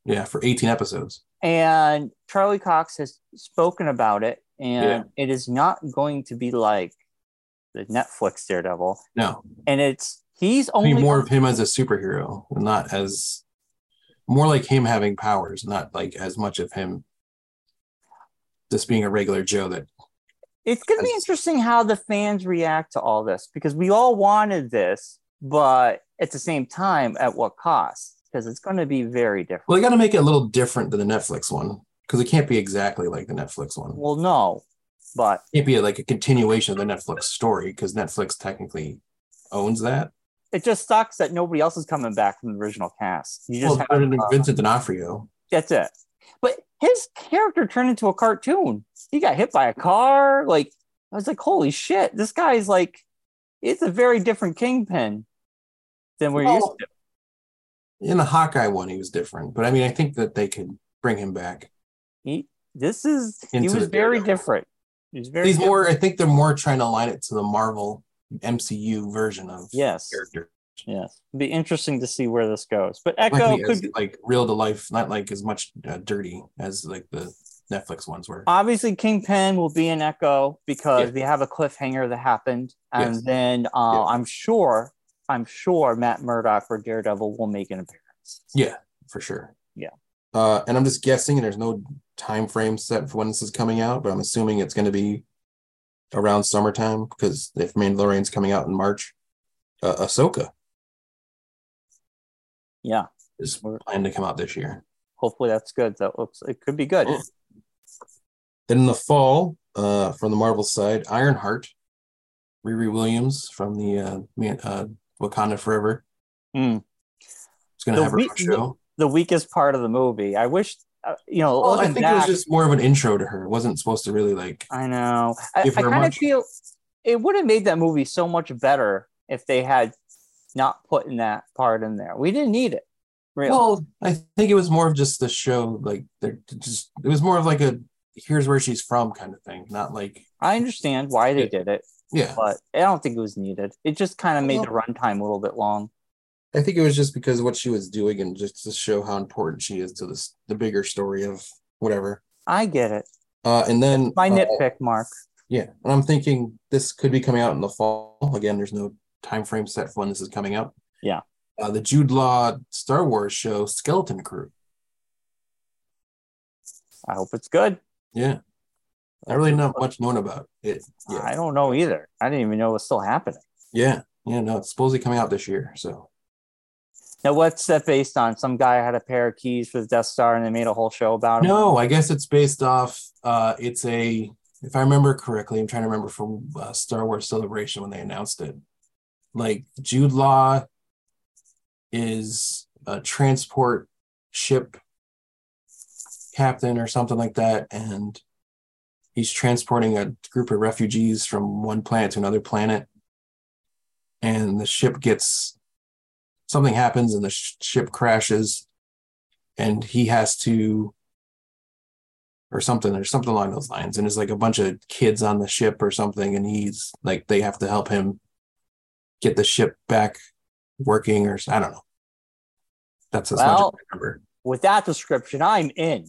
Yeah, for eighteen episodes.
And Charlie Cox has spoken about it, and it is not going to be like the Netflix Daredevil.
No,
And it's he's
I
only
mean more of him as a superhero, not as more like him having powers, not like as much of him just being a regular Joe. That
it's going to be interesting how the fans react to all this because we all wanted this, but at the same time, at what cost? Because it's going to be very different.
well, they got to make it a little different than the Netflix one because it can't be exactly like the Netflix one.
Well, no, but
It can't be like a continuation of the Netflix story because Netflix technically owns that.
it just sucks that nobody else is coming back from the original cast. You just
Well,
have,
better than
uh,
Vincent D'Onofrio.
that's it. But his character turned into a cartoon. He got hit by a car. Like I was like, holy shit, this guy's like, it's a very different kingpin than we're
Well,
used to.
In the Hawkeye one, he was different, but I mean, I think that they could bring him back.
He, this is he
Into
was
the
very
Daredevil.
different. He was very
These
different.
more, I think they're more trying to line it to the Marvel MCU version of
yes,
character.
yes. It'd be interesting to see where this goes. But
Might
Echo
be
could
as, like real to life, not like as much uh, dirty as like the Netflix ones
Uh,
were.
obviously Kingpin will be an echo because
Yeah.
we have a cliffhanger that happened, and
Yes.
then uh, I'm sure, I'm sure Matt Murdock or Daredevil will make an appearance.
Yeah, for sure.
Yeah.
Uh, and I'm just guessing, and there's no time frame set for when this is coming out, but I'm assuming it's going to be around summertime because if Mandalorian's coming out in March, uh, Ahsoka
Yeah,
is
We're-
planned to come out this year.
hopefully that's good. That looks it could be good.
Yeah. Then in the fall, uh, from the Marvel side, Ironheart, Riri Williams from the uh, Man- uh, Wakanda Forever
Mm.
is going
The
to have her
we-
own show.
The weakest part of the movie. I wish, uh, you know,
Well, Oh, I
looking
think it was
back,
just more of an intro to her. It wasn't supposed to really like.
I know. I, I
give her
kind of
much.
feel it would have made that movie so much better if they had not put in that part in there. We didn't need it. Really.
Well, I think it was more of just the show, like they're just it was more of like a here's where she's from kind of thing, not like
I understand why they did it.
yeah.
but I don't think it was needed. It just kind of made the
Well-
runtime a little bit long.
I think it was just because of what she was doing and just to show how important she is to this the bigger story of whatever.
I get it.
Uh, and then
My
uh,
nitpick, Mark.
yeah, and I'm thinking this could be coming out in the fall again. There's no time frame set for when this is coming out.
Yeah.
uh, the Jude Law Star Wars show Skeleton Crew.
I hope it's good.
Yeah, I really not much known about it. Yeah.
I don't know either. I didn't even know it was still happening.
Yeah, yeah, no, it's supposedly coming out this year. So
Now, what's that based on? Some guy had a pair of keys for the Death Star and they made a whole show about him.
no, I guess it's based off. Uh, it's a, if I remember correctly, I'm trying to remember from uh, Star Wars Celebration when they announced it. Like Jude Law is a transport ship captain or something like that, and he's transporting a group of refugees from one planet to another planet, and the ship gets something happens, and the sh- ship crashes, and he has to or something or something along those lines and it's like a bunch of kids on the ship or something and he's like they have to help him get the ship back working or s- i don't know that's as much
Well-
as i remember
With that description, I'm in.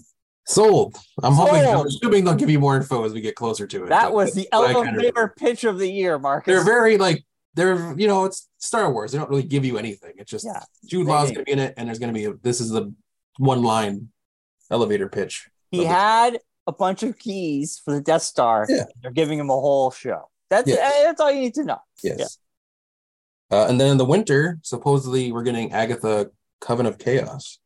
sold i'm hoping i'm
Sold.
assuming they'll give you more info as we get closer to it
That
but
was
that's
the
what I kind of
elevator
remember.
pitch of the year,
they're
Marcus.
very like they're you know it's star wars they don't really give you anything it's just
Yeah,
jude
they
law's
do.
gonna be in it and there's gonna be a, this is the one line elevator pitch
He had a bunch of keys for the Death Star.
Yeah.
They're giving him a whole show. That's
Yeah.
that's all you need to know.
yes Uh, and then in the winter, supposedly we're getting Agatha Coven of Chaos.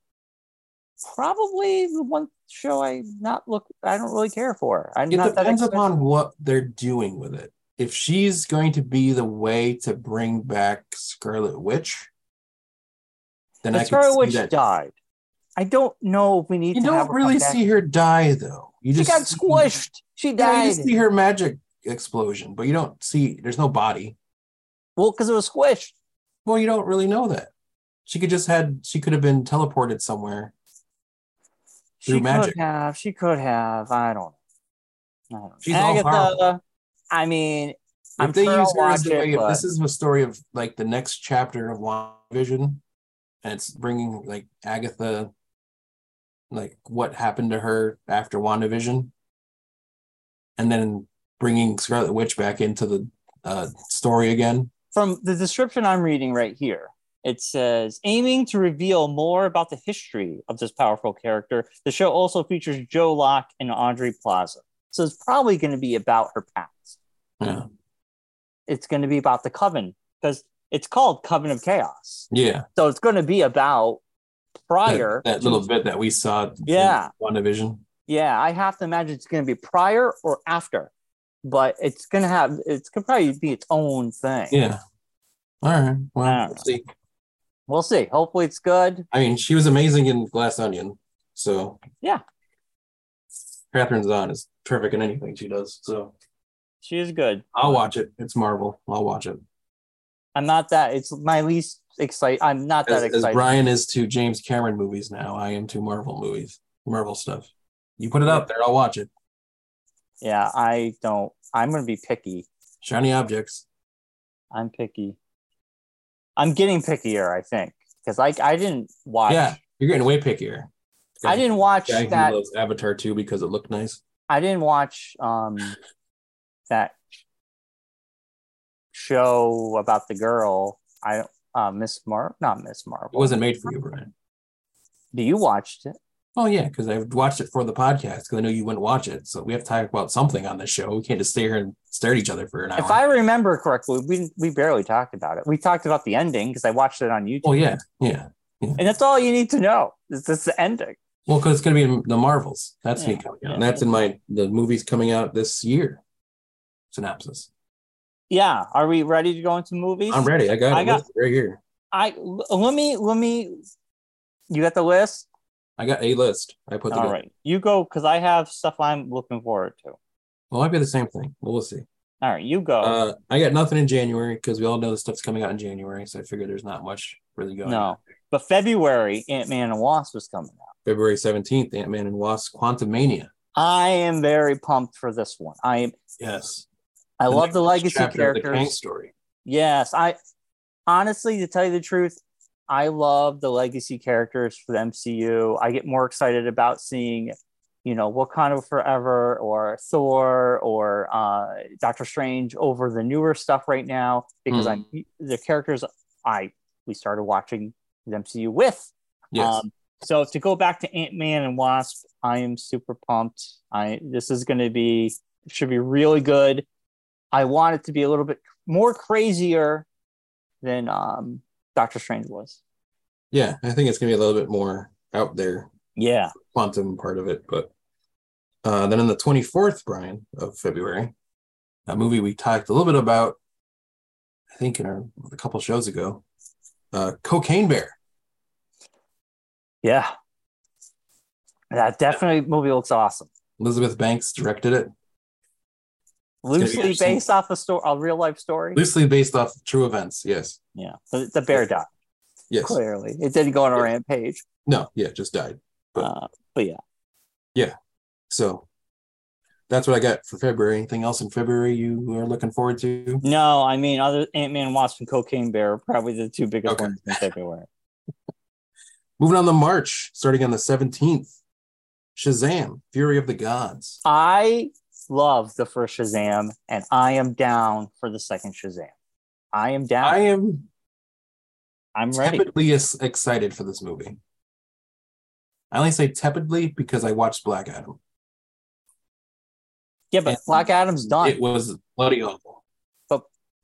Probably the one show I not look. I don't really care for. I'm
It
not that
depends
expert-
upon what they're doing with it. If she's going to be the way to bring back Scarlet Witch, then I
The
could
Scarlet
see
Witch
that.
died. I don't know if we need
You
to
don't
have her
really
come back.
see her die though. You
She
just
got
see-
squished. She
Yeah, you
died.
just see her magic explosion, but you don't see. There's no body.
Well, because it was squished.
Well, you don't really know that. She could just had. She could have been teleported somewhere.
She
Through
could
magic.
have. She could have. I don't. know. I don't know.
She's all
Agatha. I mean,
If
I'm
they
sure
use
I'll
her as
watch
the way,
it.
if
But
this is the story of like the next chapter of Vision, and it's bringing like Agatha, like what happened to her after WandaVision, and then bringing Scarlet Witch back into the uh, story again.
from the description I'm reading right here, it says aiming to reveal more about the history of this powerful character. The show also features Joe Locke and Audrey Plaza, so it's probably going to be about her past. Hmm.
Yeah,
It's going to be about the coven because it's called Coven of Chaos.
yeah.
So it's going to be about
That-
prior.
that, little bit that we saw.
Yeah.
in WandaVision.
Yeah, I have to imagine it's going to be prior or after, but it's going to have, it's going to probably be its own thing.
Yeah. All right.
I
Well,
don't
let's see.
We'll see. Hopefully it's good.
I mean, she was amazing in Glass Onion. So
Yeah.
Catherine Zahn is terrific in anything she does. So
She is good.
I'll watch it. It's Marvel. I'll watch it.
I'm not that, it's my least excited. I'm not that
As, as
excited.
Brian is to James Cameron movies now, I am to Marvel movies, Marvel stuff. You put it out there, I'll watch it.
yeah, I don't, I'm going to be picky.
Shiny objects.
I'm picky. I'm getting pickier, I think, because I, I didn't watch,
Yeah, you're getting way pickier.
I didn't watch
Guy who
that.
loves Avatar 2 because it looked nice.
I didn't watch um that show about the girl. I uh Miss Mar not Miss Marvel.
It wasn't made for you, Brian.
Do you watched it?
Oh yeah, because I watched it for the podcast because I know you wouldn't watch it. So we have to talk about something on this show. We can't just stay here and stare at each other for an hour.
If I remember correctly, we we barely talked about it. We talked about the ending because I watched it on YouTube.
Oh yeah, yeah.
And that's all you need to know. Is this the ending?
Well, because it's gonna be in the Marvels. That's me
Yeah,
coming out.
yeah.
And that's in my the movies coming out this year. Synopsis.
Yeah. Are we ready to go into movies?
I'm ready. I got
I
it
got-
listed right here.
I let me let me you got the list?
I got a list. I put
All
together.
right. You go because I have stuff I'm looking forward to.
Well, it might be the same thing. Well, we'll see.
All right, you go.
Uh, I got nothing in January because we all know the stuff's coming out in January. So I figured there's not much really going.
No.
on.
But February, Ant Man and Wasp was coming out.
February 17th, Ant Man and Wasp: Quantumania.
I am very pumped for this one. I am.
Yes.
I
The
love the
next
legacy
chapter of The Kang
characters.
story.
yes, I honestly, to tell you the truth, I love the legacy characters for the MCU. I get more excited about seeing, you know, Wakanda Forever or Thor or uh, Doctor Strange over the newer stuff right now because
Mhm.
I'm the characters I we started watching the MCU with.
Yes.
Um, so to go back to Ant Man and Wasp, I am super pumped. I this is going to be should be really good. I want it to be a little bit more crazier than um, Doctor Strange was.
yeah, I think it's gonna be a little bit more out there
Yeah,
quantum part of it. But uh, then on the 24th, Brian, of February, a movie we talked a little bit about, I think in our, a couple shows ago, uh, Cocaine Bear.
yeah. That definitely movie looks awesome.
Elizabeth Banks directed it, be
Loosely
interesting.
based off a story, a real life story.
loosely based off true events. Yes.
Yeah, the, the bear died.
Yes.
Clearly, it didn't go on a rampage.
No, yeah, just died.
Uh, but yeah,
So that's what I got for February. Anything else in February you are looking forward to?
no, I mean, other Ant Man, Wasp, and Cocaine Bear are probably the two biggest
Okay.
ones in February.
Moving on to March, starting on the 17th, Shazam, Fury of the Gods.
I love the first Shazam, and I am down for the second Shazam. I am down.
I
I,
am
am ready.
tepidly ex- excited for this movie. I only say tepidly because I watched Black Adam.
Yeah, but Black Adam's done.
It was bloody awful.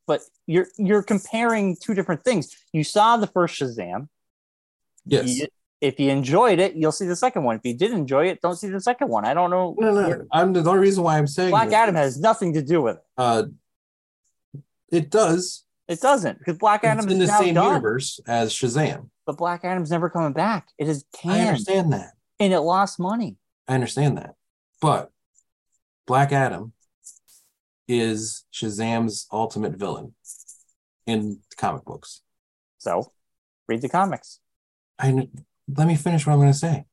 but you're you're comparing two different things. You saw the first Shazam.
Yes.
You- if you enjoyed it, you'll see the second one. If you did enjoy it, don't see the second one. I don't know.
no, no. I'm the only reason why I'm saying
Black
this,
Adam has nothing to do with it.
Uh, it does.
It doesn't because Black Adam
it's in
is
the
now
same
done.
universe as Shazam.
But Black Adam's never coming back. It is
I
canned
understand that.
and it lost money.
I understand that. But Black Adam is Shazam's ultimate villain in comic books.
So read the comics.
I let me finish what I'm going to say.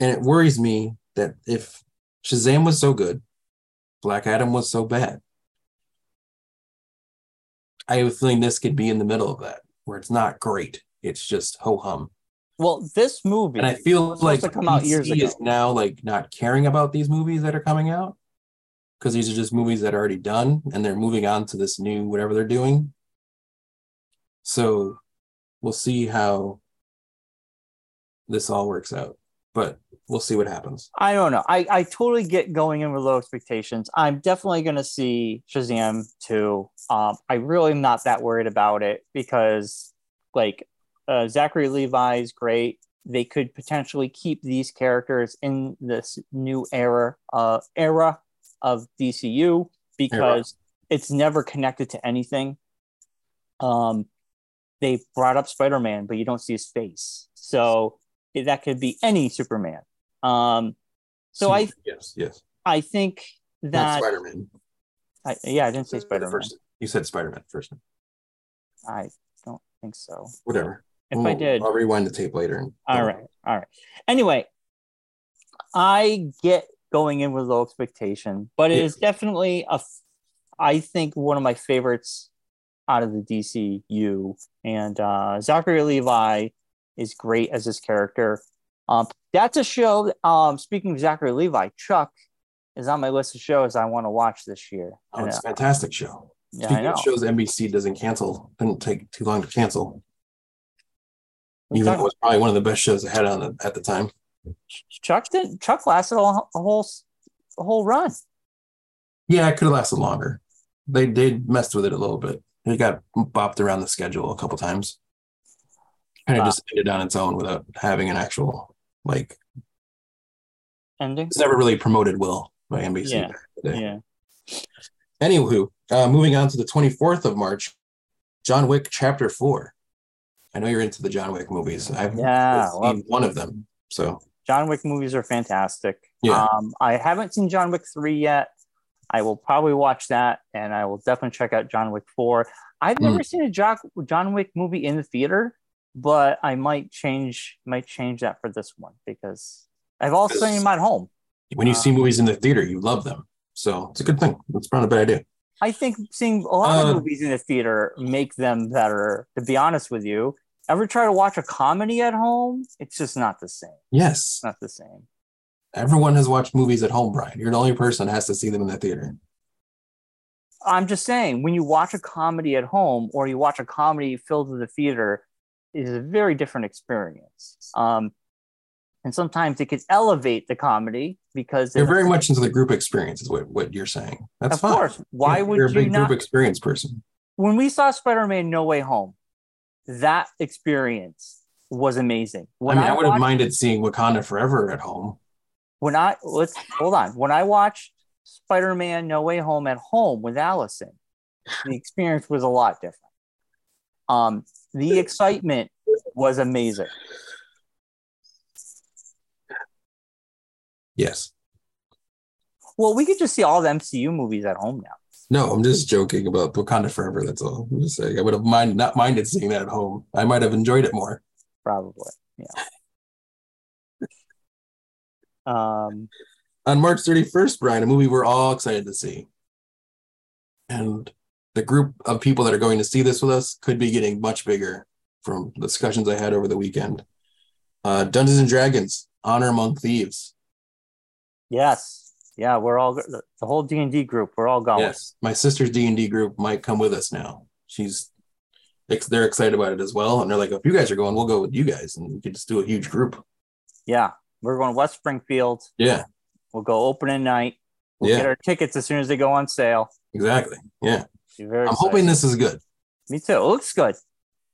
And it worries me that if Shazam was so good, Black Adam was so bad. I have a feeling this could be in the middle of that, where it's not great. It's just ho hum.
Well, this movie
And I feel
was
like
supposed to come out years
DC
ago.
is now like not caring about these movies that are coming out because these are just movies that are already done and they're moving on to this new whatever they're doing. So we'll see how this all works out, but we'll see what happens.
I don't know. I, I totally get going in with low expectations. I'm definitely going to see Shazam 2. Um, I really am not that worried about it because, like, uh, Zachary Levi's great. They could potentially keep these characters in this new era uh, era of DCU because it's never connected to anything. Um, they brought up Spider Man, but you don't see his face. So that could be any Superman. Um, so I
yes, yes,
I think
not
that
Spider Man.
I, yeah I didn't say Spider Man.
You said Spider Man first,
I don't think so.
whatever.
If I
We'll-
did,
I'll rewind the tape later. And
all right, all right. Anyway, I get going in with low expectation, but it
Yeah.
is definitely a f- I think one of my favorites out of the DCU and uh, Zachary Levi is great as this character. Um, that's a show. Um, speaking of Zachary Levi, Chuck is on my list of shows I want to watch this year.
Oh, it's
And,
a fantastic show.
uh, yeah, I
Speaking
know.
of shows NBC doesn't cancel, didn't take too long to cancel.
We
Even though
talked
it was probably one of the best shows I had on the, at the time.
Chuck did Chuck lasted a whole a whole, a whole run.
Yeah, it could have lasted longer. They they messed with it a little bit. It got bopped around the schedule a couple times. Kind of
Ah.
just ended on its own without having an actual like.
Ending.
It's never really promoted well by NBC.
Yeah.
back in the day.
Yeah.
Anywho, uh, moving on to the twenty fourth of March, John Wick Chapter Four. I know you're into the John Wick movies. I've
Yeah,
seen
love-
one of them. So
John Wick movies are fantastic.
Yeah.
Um, I haven't seen John Wick three yet. I will probably watch that, and I will definitely check out John Wick four. I've
Mm.
never seen a Jock, John Wick movie in the theater, but I might change might change that for this one because I've also seen them at home.
when you see
Um,
movies in the theater, you love them. So it's a good thing. It's not a bad idea.
I think seeing a lot
Uh,
of movies in the theater make them better. To be honest with you, ever try to watch a comedy at home? It's just not the same.
Yes.
It's not the same.
Everyone has watched movies at home, Brian. You're the only person that has to see them in the theater.
I'm just saying when you watch a comedy at home or you watch a comedy filled with the theater, it is a very different experience. Um, and sometimes it could elevate the comedy because
You're
it-
very much into the group experience, is what, what you're saying. That's
of
fine.
course. Why
Yeah,
would
you're a
you
big
not?
group experience person?
when we saw Spider-Man: No Way Home, that experience was amazing. When
I mean, I, would have
watched-
minded seeing Wakanda Forever at home.
when I let's hold on. When I watched Spider Man No Way Home at home with Allison, the experience was a lot different. Um, the excitement was amazing.
Yes.
Well, we could just see all the MCU movies at home now.
No, I'm just joking about Wakanda Forever. That's all. I'm just saying I would have mind not minded seeing that at home. I might have enjoyed it more.
probably. Yeah. Um,
on March 31st, Brian, a movie we're all excited to see. And the group of people that are going to see this with us could be getting much bigger from the discussions I had over the weekend. Uh, Dungeons and Dragons, Honor Among Thieves.
yes, yeah, we're all the the whole D and D group. We're all going.
Yes, my sister's D and D group might come with us now. She's ex- they're excited about it as well, and they're like, "If you guys are going, we'll go with you guys, and we could just do a huge group."
Yeah, we're going to West Springfield.
Yeah,
We'll go opening night. We'll
Yeah.
get our tickets as soon as they go on sale.
Exactly. Yeah.
Be very
I'm
excited.
hoping this is good.
Me too. It looks good.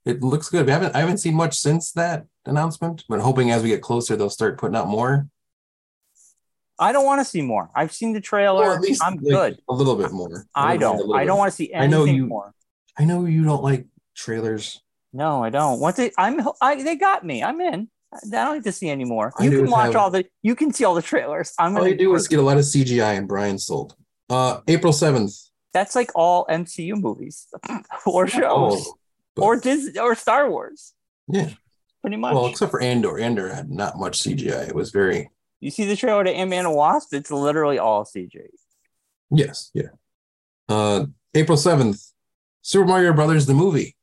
It looks good. We haven't I haven't seen much since that announcement, but hoping as we get closer they'll start putting out more.
I don't want to see more. I've seen the trailer.
Or at least
I'm
like,
good.
A little bit more.
I
At least a
don't.
little
I
bit
don't
more.
want to see
I
anything
know you-
more.
I know you don't like trailers.
No, I don't. Once they, I'm, I, they got me. I'm in. I don't need to see anymore.
I
You
do
can watch
have-
all the. You can see all the trailers. I'm
All
gonna
you do is
work.
get a lot of CGI and Brian sold. Uh April 7th.
That's like all MCU movies or shows
Oh,
or Disney or Star Wars.
Yeah.
pretty much.
well, except for Andor. Andor had not much CGI. It was very
you see the trailer to Ant Man and Wasp. It's literally all CG.
Yes, yeah. Uh April 7th, Super Mario Brothers the movie.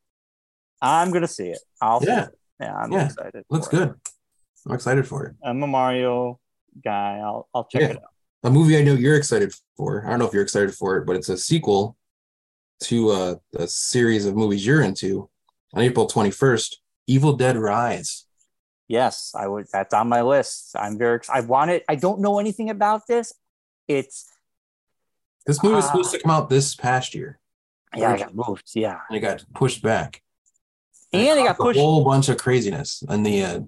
I'm gonna see it. I'll
Yeah.
see it. yeah. I'm
Yeah.
excited.
Looks
for it.
good. I'm excited for it.
I'm a Mario guy. I'll I'll check
Yeah.
it out.
A movie I know you're excited for. I don't know if you're excited for it, but it's a sequel to uh, a series of movies you're into. On April 21st, Evil Dead Rise.
Yes, I would. That's on my list. I'm very. ex- I want it. I don't know anything about this. It's
This movie was
Ah.
supposed to come out this past year,
yeah. I got moved. Yeah.
and it got pushed back.
And it got
caused
pushed.
A whole bunch of craziness in the uh,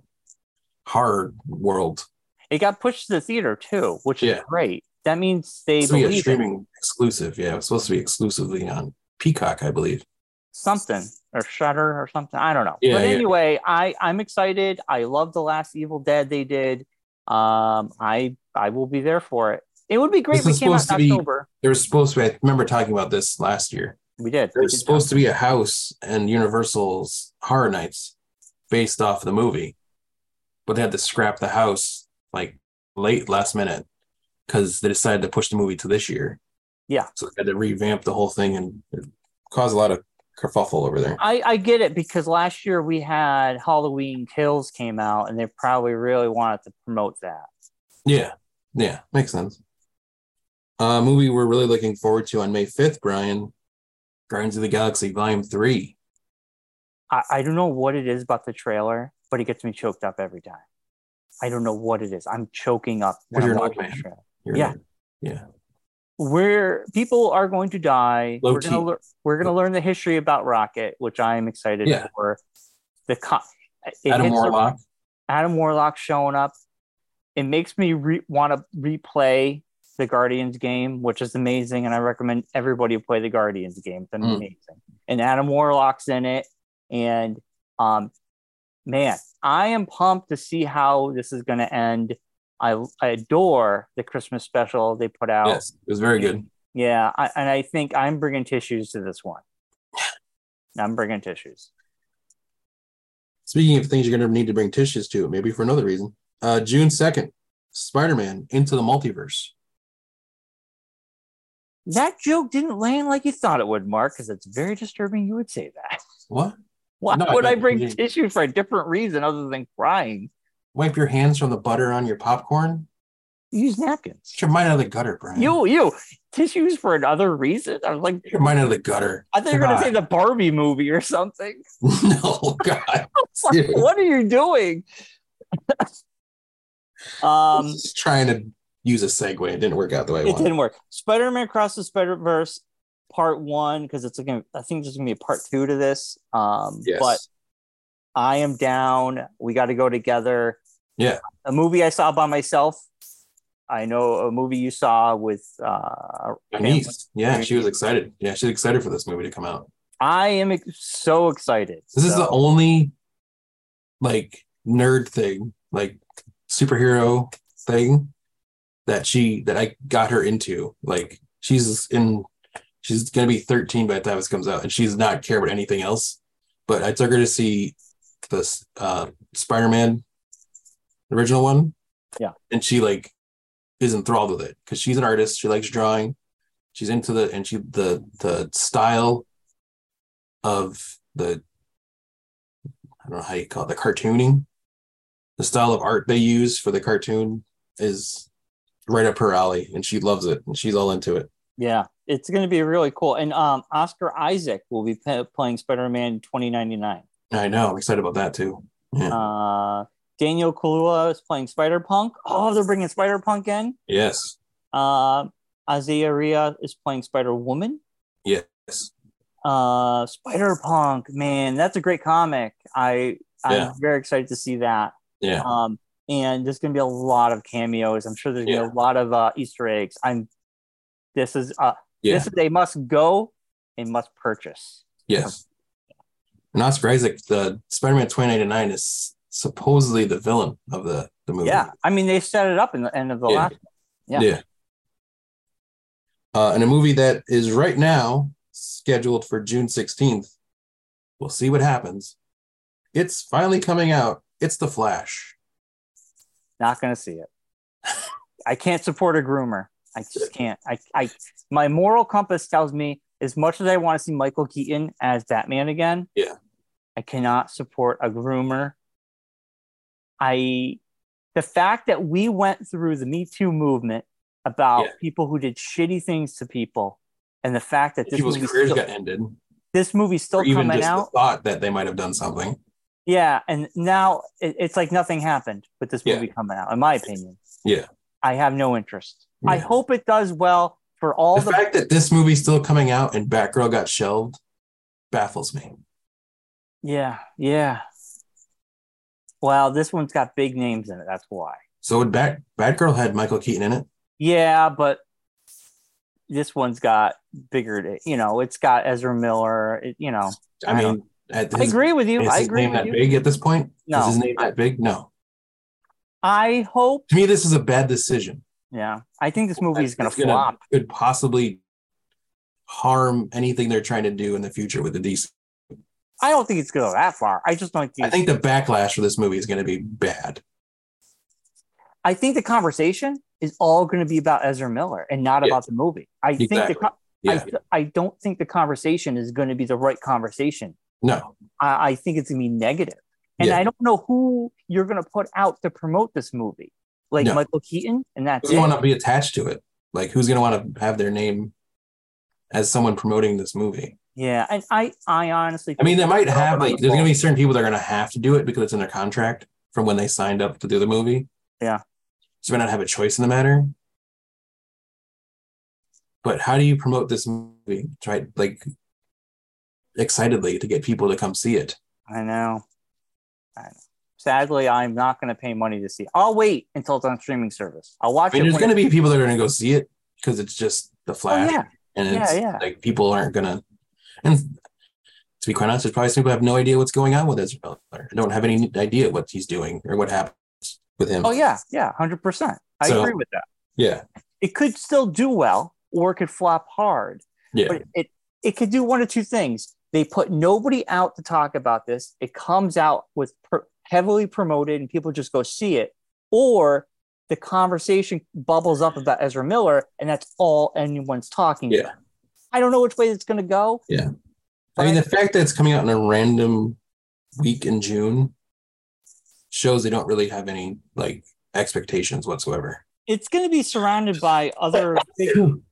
horror world.
It got pushed to the theater too, which is
Yeah.
great. That means they
It's supposed to be a
believe in
streaming exclusive. Yeah, it was supposed to be exclusively on Peacock, I believe.
something or Shutter or something. I don't know.
Yeah,
but
yeah.
anyway, I I'm excited. I love the last Evil Dead they did. Um, I I will be there for it. It would be great
This
if
is
it came out
supposed to
in
be-
October.
There was supposed to be, I remember talking about this last year.
We did. We
There's
did
supposed to be a house in Universal's Horror Nights based off the movie, but they had to scrap the house like late last minute because they decided to push the movie to this year.
Yeah.
So they had to revamp the whole thing and it caused a lot of kerfuffle over there.
I, I get it because last year we had Halloween Kills came out and they probably really wanted to promote that.
Yeah. Yeah. Makes sense. Uh, movie we're really looking forward to on May 5th, Brian Guardians of the Galaxy Volume 3.
I, I don't know what it is about the trailer, but it gets me choked up every time. I don't know what it is. I'm choking up
Well,
when I'm
you're an
watching
old
the
man.
trailer.
You're-
Yeah. Where people are going to die.
Low
we're gonna
key.
lear- we're gonna learn the history about Rocket, which I'm excited
Yeah.
for. The co- it
Adam
hits a-
Warlock.
Adam Warlock showing up. It makes me re- want to replay the Guardians game, which is amazing, and I recommend everybody play the Guardians game. It's
Mm.
amazing, and Adam Warlock's in it, and um, man, I am pumped to see how this is going to end. I, I adore the Christmas special they put out.
Yes. It was very good.
Yeah, I, and I think I'm bringing tissues to this one. I'm bringing tissues.
Speaking of things you're going to need to bring tissues to, maybe for another reason. Uh, June 2nd, Spider Man Into the Multiverse.
That joke didn't land like you thought it would, Mark, because it's very disturbing you would say that.
What?
Why
No,
would I
no,
bring
you-
tissue for a different reason other than crying?
Wipe your hands from the butter on your popcorn?
Use napkins.
Get your mind out of the gutter, Brian.
You, you, tissues for another reason? I was like,
Get your mind out of the gutter.
I thought you were going to say the Barbie movie or something.
no, God.
Like,
Dude.
what are you doing?
I'm
um,
just trying to use a segue. It didn't work out the way I
it
wanted.
didn't work. Spider Man Across the Spider Verse part one, because it's going I think there's going to be a part two to this. Um,
Yes.
But I am down. We got to go together.
Yeah.
A movie I saw by myself. I know a movie you saw with. Uh,
My niece. Yeah, she was excited. Yeah, she's excited for this movie to come out.
I am ex- so excited.
This is
So,
the only like nerd thing, like superhero thing that she that I got her into. Like she's in she's gonna be 13 by the time this comes out, and she's not care about anything else. But I took her to see this uh Spider-Man the original one.
Yeah.
And she like is enthralled with it because she's an artist, she likes drawing, she's into the and she the the style of the I don't know how you call it, the cartooning. The style of art they use for the cartoon is right up her alley, and she loves it, and she's all into it.
yeah, it's going to be really cool. And um, Oscar Isaac will be pa- playing Spider Man 2099.
I know, I'm excited about that too. Yeah.
Uh, Daniel Kalua is playing Spider Punk. Oh, they're bringing Spider Punk in.
yes,
Uh, Azaria is playing Spider Woman.
Yes.
Uh, Spider Punk, man, that's a great comic. I
Yeah.
I'm very excited to see that.
Yeah.
Um, and there's gonna be a lot of cameos. I'm sure there's gonna be a lot of uh, Easter eggs. I'm. This is uh,
Yeah.
this is a must go and must purchase.
Yes. And Oscar Isaac, the Spider Man 2099 is supposedly the villain of the, the movie.
Yeah, I mean they set it up in the end of the
Yeah.
last. Yeah.
Uh, and a movie that is right now scheduled for June 16th. We'll see what happens. It's finally coming out. It's The Flash.
Not gonna see it. I can't support a groomer. I just can't. I, I my moral compass tells me as much as I want to see Michael Keaton as Batman again.
Yeah.
I cannot support a groomer. I the fact that we went through the Me Too movement about
Yeah.
people who did shitty things to people, and the fact that this
People's
movie's
careers
still,
got ended.
this movie's still
Or even
coming
just
out.
the thought that they might have done something.
Yeah, and now it, it's like nothing happened with this
Yeah.
movie coming out, in my opinion.
Yeah.
I have no interest. I
Yeah.
hope it does well for all
The
the,
fact that this movie's still coming out and Batgirl got shelved baffles me.
Yeah, yeah. Well, this one's got big names in it, that's why.
So would Bat Batgirl had Michael Keaton in it?
Yeah, but this one's got bigger, you know, it's got Ezra Miller, it, you know.
I,
I don't-
mean, at
I agree with you.
Is
I
his
agree
name
with
that
you.
big at this point?
No.
Is his name that big? No.
I hope
To me, this is a bad decision.
yeah. I think this movie is going
It's
to flop.
Could possibly harm anything they're trying to do in the future with the DC.
I don't think it's going to go that far. I just don't think
I think the backlash for this movie is going to be bad.
I think the conversation is all going to be about Ezra Miller and not
Yeah.
about the movie. I think the
Exactly.
co- I,
Yeah.
th- I don't think the conversation is going to be the right conversation.
No.
I, I think it's going to be negative. And
Yeah.
I don't know who you're going to put out to promote this movie. Like
No.
Michael Keaton, and that's
Who's going to
it.
want to be attached to it? Like, who's going to want to have their name as someone promoting this movie?
Yeah, and I, I honestly,
I mean, they
think
might
all
have,
the
like, there's going to
people-
be certain people that are going to have to do it because it's in their contract from when they signed up to do the movie.
Yeah.
So they might not have a choice in the matter. But how do you promote this movie? Try, like, excitedly to get people to come see it.
I know. I know. Sadly, I'm not going to pay money to see. I'll wait until it's on streaming service. I'll watch
I mean,
it.
there's going
when-
to be people that are going to go see it because it's just the
oh,
Flash,
yeah,
and
yeah,
it's
yeah.
like people aren't going to. And to be quite honest, there's probably some people who have no idea what's going on with Ezra Miller. I don't have any idea what he's doing or what happens with him.
oh yeah, yeah, hundred percent. I
So-
agree with that.
yeah,
it could still do well or it could flop hard.
yeah.
But it it could do one of two things. They put nobody out to talk about this. It comes out with per, heavily promoted and people just go see it, or the conversation bubbles up about Ezra Miller and that's all anyone's talking
Yeah.
about. I don't know which way it's going to go.
Yeah.
But
I mean, the fact that it's coming out in a random week in June shows they don't really have any like expectations whatsoever.
it's going to be surrounded by other big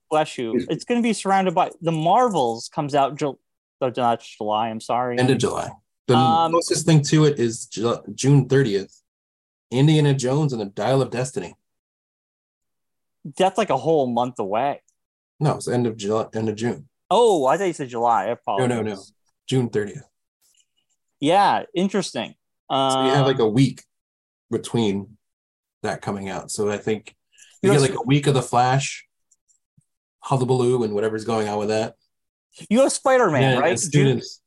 bless you. It's going to be surrounded by the Marvels comes out Ju- uh, not July. I'm sorry.
End of July. The
Um,
closest thing to it is Ju- June 30th. Indiana Jones and the Dial of Destiny.
that's like a whole month away.
No, it's end of July, end of June,
Oh, I thought you said July. I
no,
apologize.
no. June 30th.
Yeah, interesting. Um,
So you have like a week between that coming out. So I think
You
you get
know,
like a week of the Flash, hullabaloo, and whatever's going on with that.
you have Spider Man,
And
right?
as soon as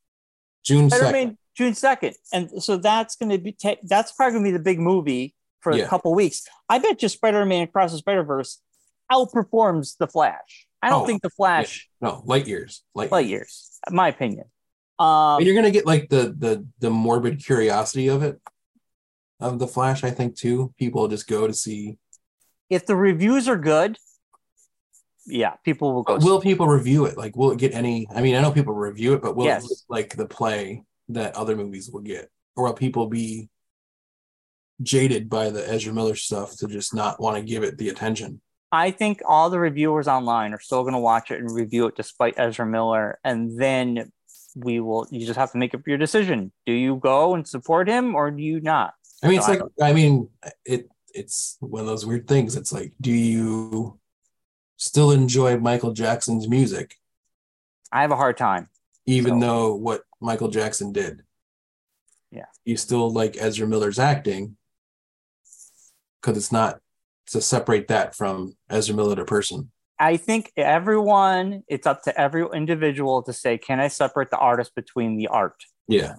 June
Spider
2nd.
Man June second, and so that's going to be ta- that's probably going to be the big movie for
Yeah.
a couple weeks. I bet you Spider Man Across the Spider Verse outperforms the Flash. I don't
Oh,
think the Flash
No, light years. Light,
light
years.
years, in my opinion.
I
Um,
mean, you're gonna get like the the the morbid curiosity of it, of the Flash. I think too. People just go to see.
if the reviews are good, yeah, people will go.
But will people review it? Like, will it get any? I mean, I know people review it, but will
Yes.
it look like the play that other movies will get, or will people be jaded by the Ezra Miller stuff to just not want to give it the attention?
I think all the reviewers online are still going to watch it and review it despite Ezra Miller. And then we will, you just have to make up your decision. Do you go and support him or do you not?
I mean, it's
No, I
like I mean, it it's one of those weird things. It's like, do you still enjoy Michael Jackson's music,
I have a hard time.
even
So-
though what Michael Jackson did.
Yeah.
You still like Ezra Miller's acting because it's not to separate that from Ezra Miller the person.
I think everyone, it's up to every individual to say, can I separate the artist between the art?
Yeah.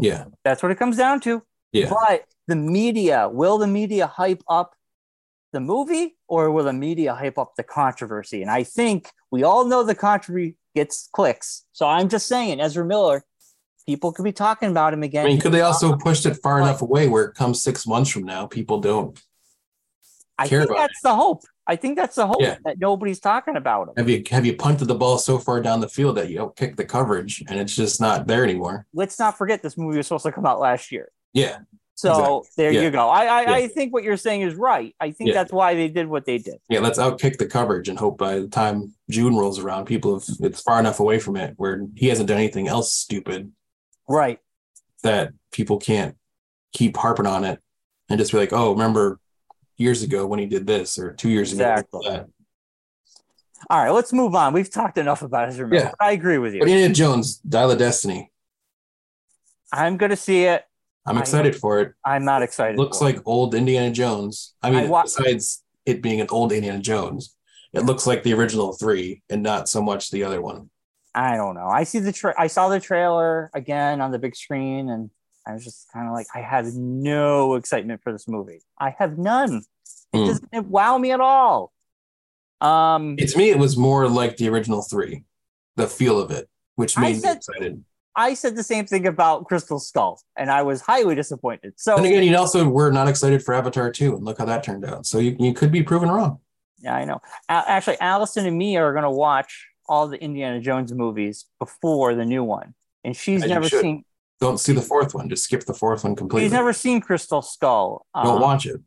Yeah.
That's what it comes down to.
Yeah.
But the media, will the media hype up the movie or will the media hype up the controversy? And I think we all know the controversy gets clicks. So I'm just saying, Ezra Miller, people could be talking about him again.
I mean, could they also pushed it far enough away where it comes six months from now, people don't.
I
care
think
about
that's the hope. I think that's the hope
Yeah.
that nobody's talking about him.
Have you have you punted the ball so far down the field that you don't kick the coverage and it's just not there anymore?
Let's not forget this movie was supposed to come out last year.
Yeah.
So
Exactly.
there
Yeah.
you go. I I,
Yeah.
I think what you're saying is right. I think
Yeah.
that's why they did what they did.
Yeah, let's outkick the coverage and hope by the time June rolls around, people have it's far enough away from it where he hasn't done anything else stupid
Right.
that people can't keep harping on it and just be like, oh, remember years ago when he did this or two years
Exactly.
ago. that.
All right. Let's move on. We've talked enough about his remember.
Yeah.
I agree with you.
But Indiana Jones, Dial of Destiny.
I'm gonna see it.
I'm
I-
excited for it.
I'm not excited.
Looks
for it.
like old Indiana Jones. I mean,
I wa-
besides it being an old Indiana Jones, it looks like the original three and not so much the other one.
I don't know. I see the tra- I saw the trailer again on the big screen, and I was just kind of like, I have no excitement for this movie. I have none. It
Hmm.
doesn't wow me at all. Um,
It, to me, it was more like the original three, the feel of it, which
I
made me
said-
excited.
I said the same thing about Crystal Skull, and I was highly disappointed. So
And again, you also were not excited for Avatar 2, and look how that turned out. So you, you could be proven wrong.
Yeah, I know. A- actually, Allison and me are going to watch all the Indiana Jones movies before the new one, and she's
As you
never
should.
seen.
Don't see the fourth one. Just skip the fourth one completely.
She's never seen Crystal Skull.
Don't
Um,
watch it.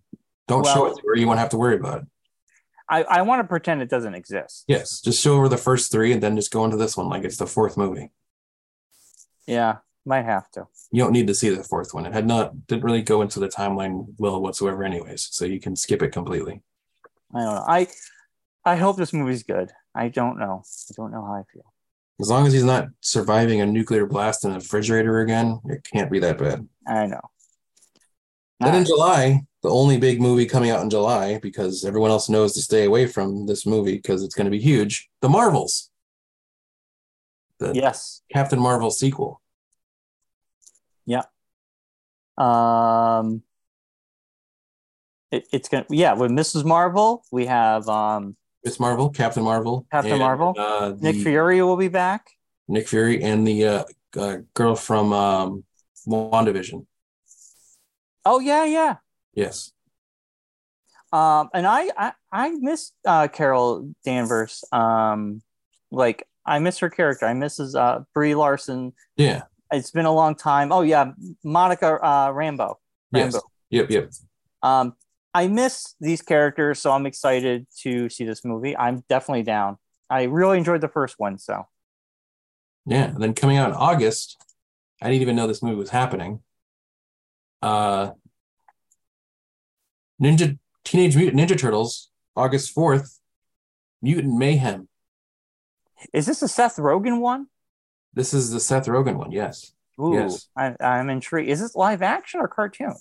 Don't show
well-
it to her. You won't have to worry about it.
I, I want to pretend it doesn't exist.
Yes, just show her the first three, and then just go into this one like it's the fourth movie.
Yeah, might have to.
You don't need to see the fourth one. It had not didn't really go into the timeline well whatsoever, anyways. So you can skip it completely.
I don't know. I I hope this movie's good. I don't know. I don't know how I feel.
As long as he's not surviving a nuclear blast in a refrigerator again, it can't be that bad.
I know.
Then in
Ah,
July, the only big movie coming out in July, because everyone else knows to stay away from this movie because it's going to be huge. The Marvels, the
yes.
Captain Marvel sequel.
Um. It, it's gonna yeah with Mrs. Marvel we have um
It's Marvel, Captain Marvel,
Captain Marvel?
uh, the-
Nick Fury will be back
Nick Fury, and the uh, uh, girl from um, WandaVision.
oh yeah yeah
Yes,
Um, and I, I, I miss uh, Carol Danvers. Um, like I miss her character. I misses uh, Brie Larson.
yeah,
It's been a long time. Oh yeah, Monica uh, Rambo.
yes,
Rambo.
yep, yep.
Um, I miss these characters, so I'm excited to see this movie. I'm definitely down. I really enjoyed the first one, so
Yeah, and then coming out in August, I didn't even know this movie was happening. Uh Ninja Teenage Mutant Ninja Turtles, August fourth, Mutant Mayhem.
is this a Seth Rogen one?
This is the Seth Rogen one, yes.
Ooh,
Yes.
I, I'm intrigued. Is this live action or cartoon?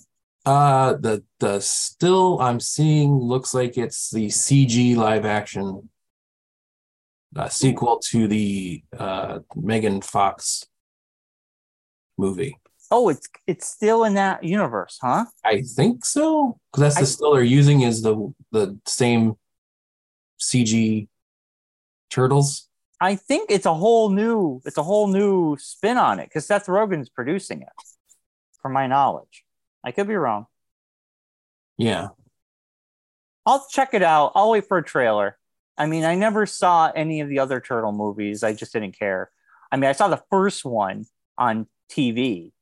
Uh the the still I'm seeing looks like it's the CG live action uh, sequel to the uh Megan Fox movie.
Oh, it's it's still in that universe, huh?
I think so, because that's the
I-
still they're using is the the same CG turtles.
I think it's a whole new it's a whole new spin on it because Seth Rogen's producing it, from my knowledge. I could be wrong.
Yeah,
I'll check it out. I'll wait for a trailer. I mean, I never saw any of the other turtle movies. I just didn't care. I mean, I saw the first one on TV,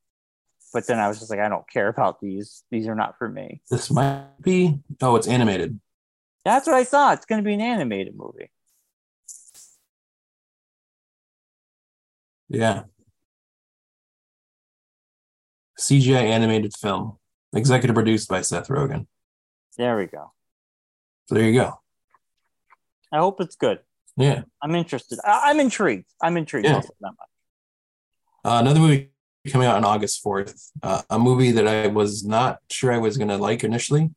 but then I was just like, I don't care about these. These are not for me.
this might be. Oh, it's animated.
That's what I saw. It's going to be an animated movie.
Yeah, CGI animated film, executive produced by Seth Rogen.
There we go.
So there you go.
I hope it's good.
Yeah.
I'm interested. I- I'm intrigued. I'm intrigued.
Yeah.
I'll say that much.
Uh, another movie coming out on August 4th, uh, a movie that I was not sure I was going to like initially,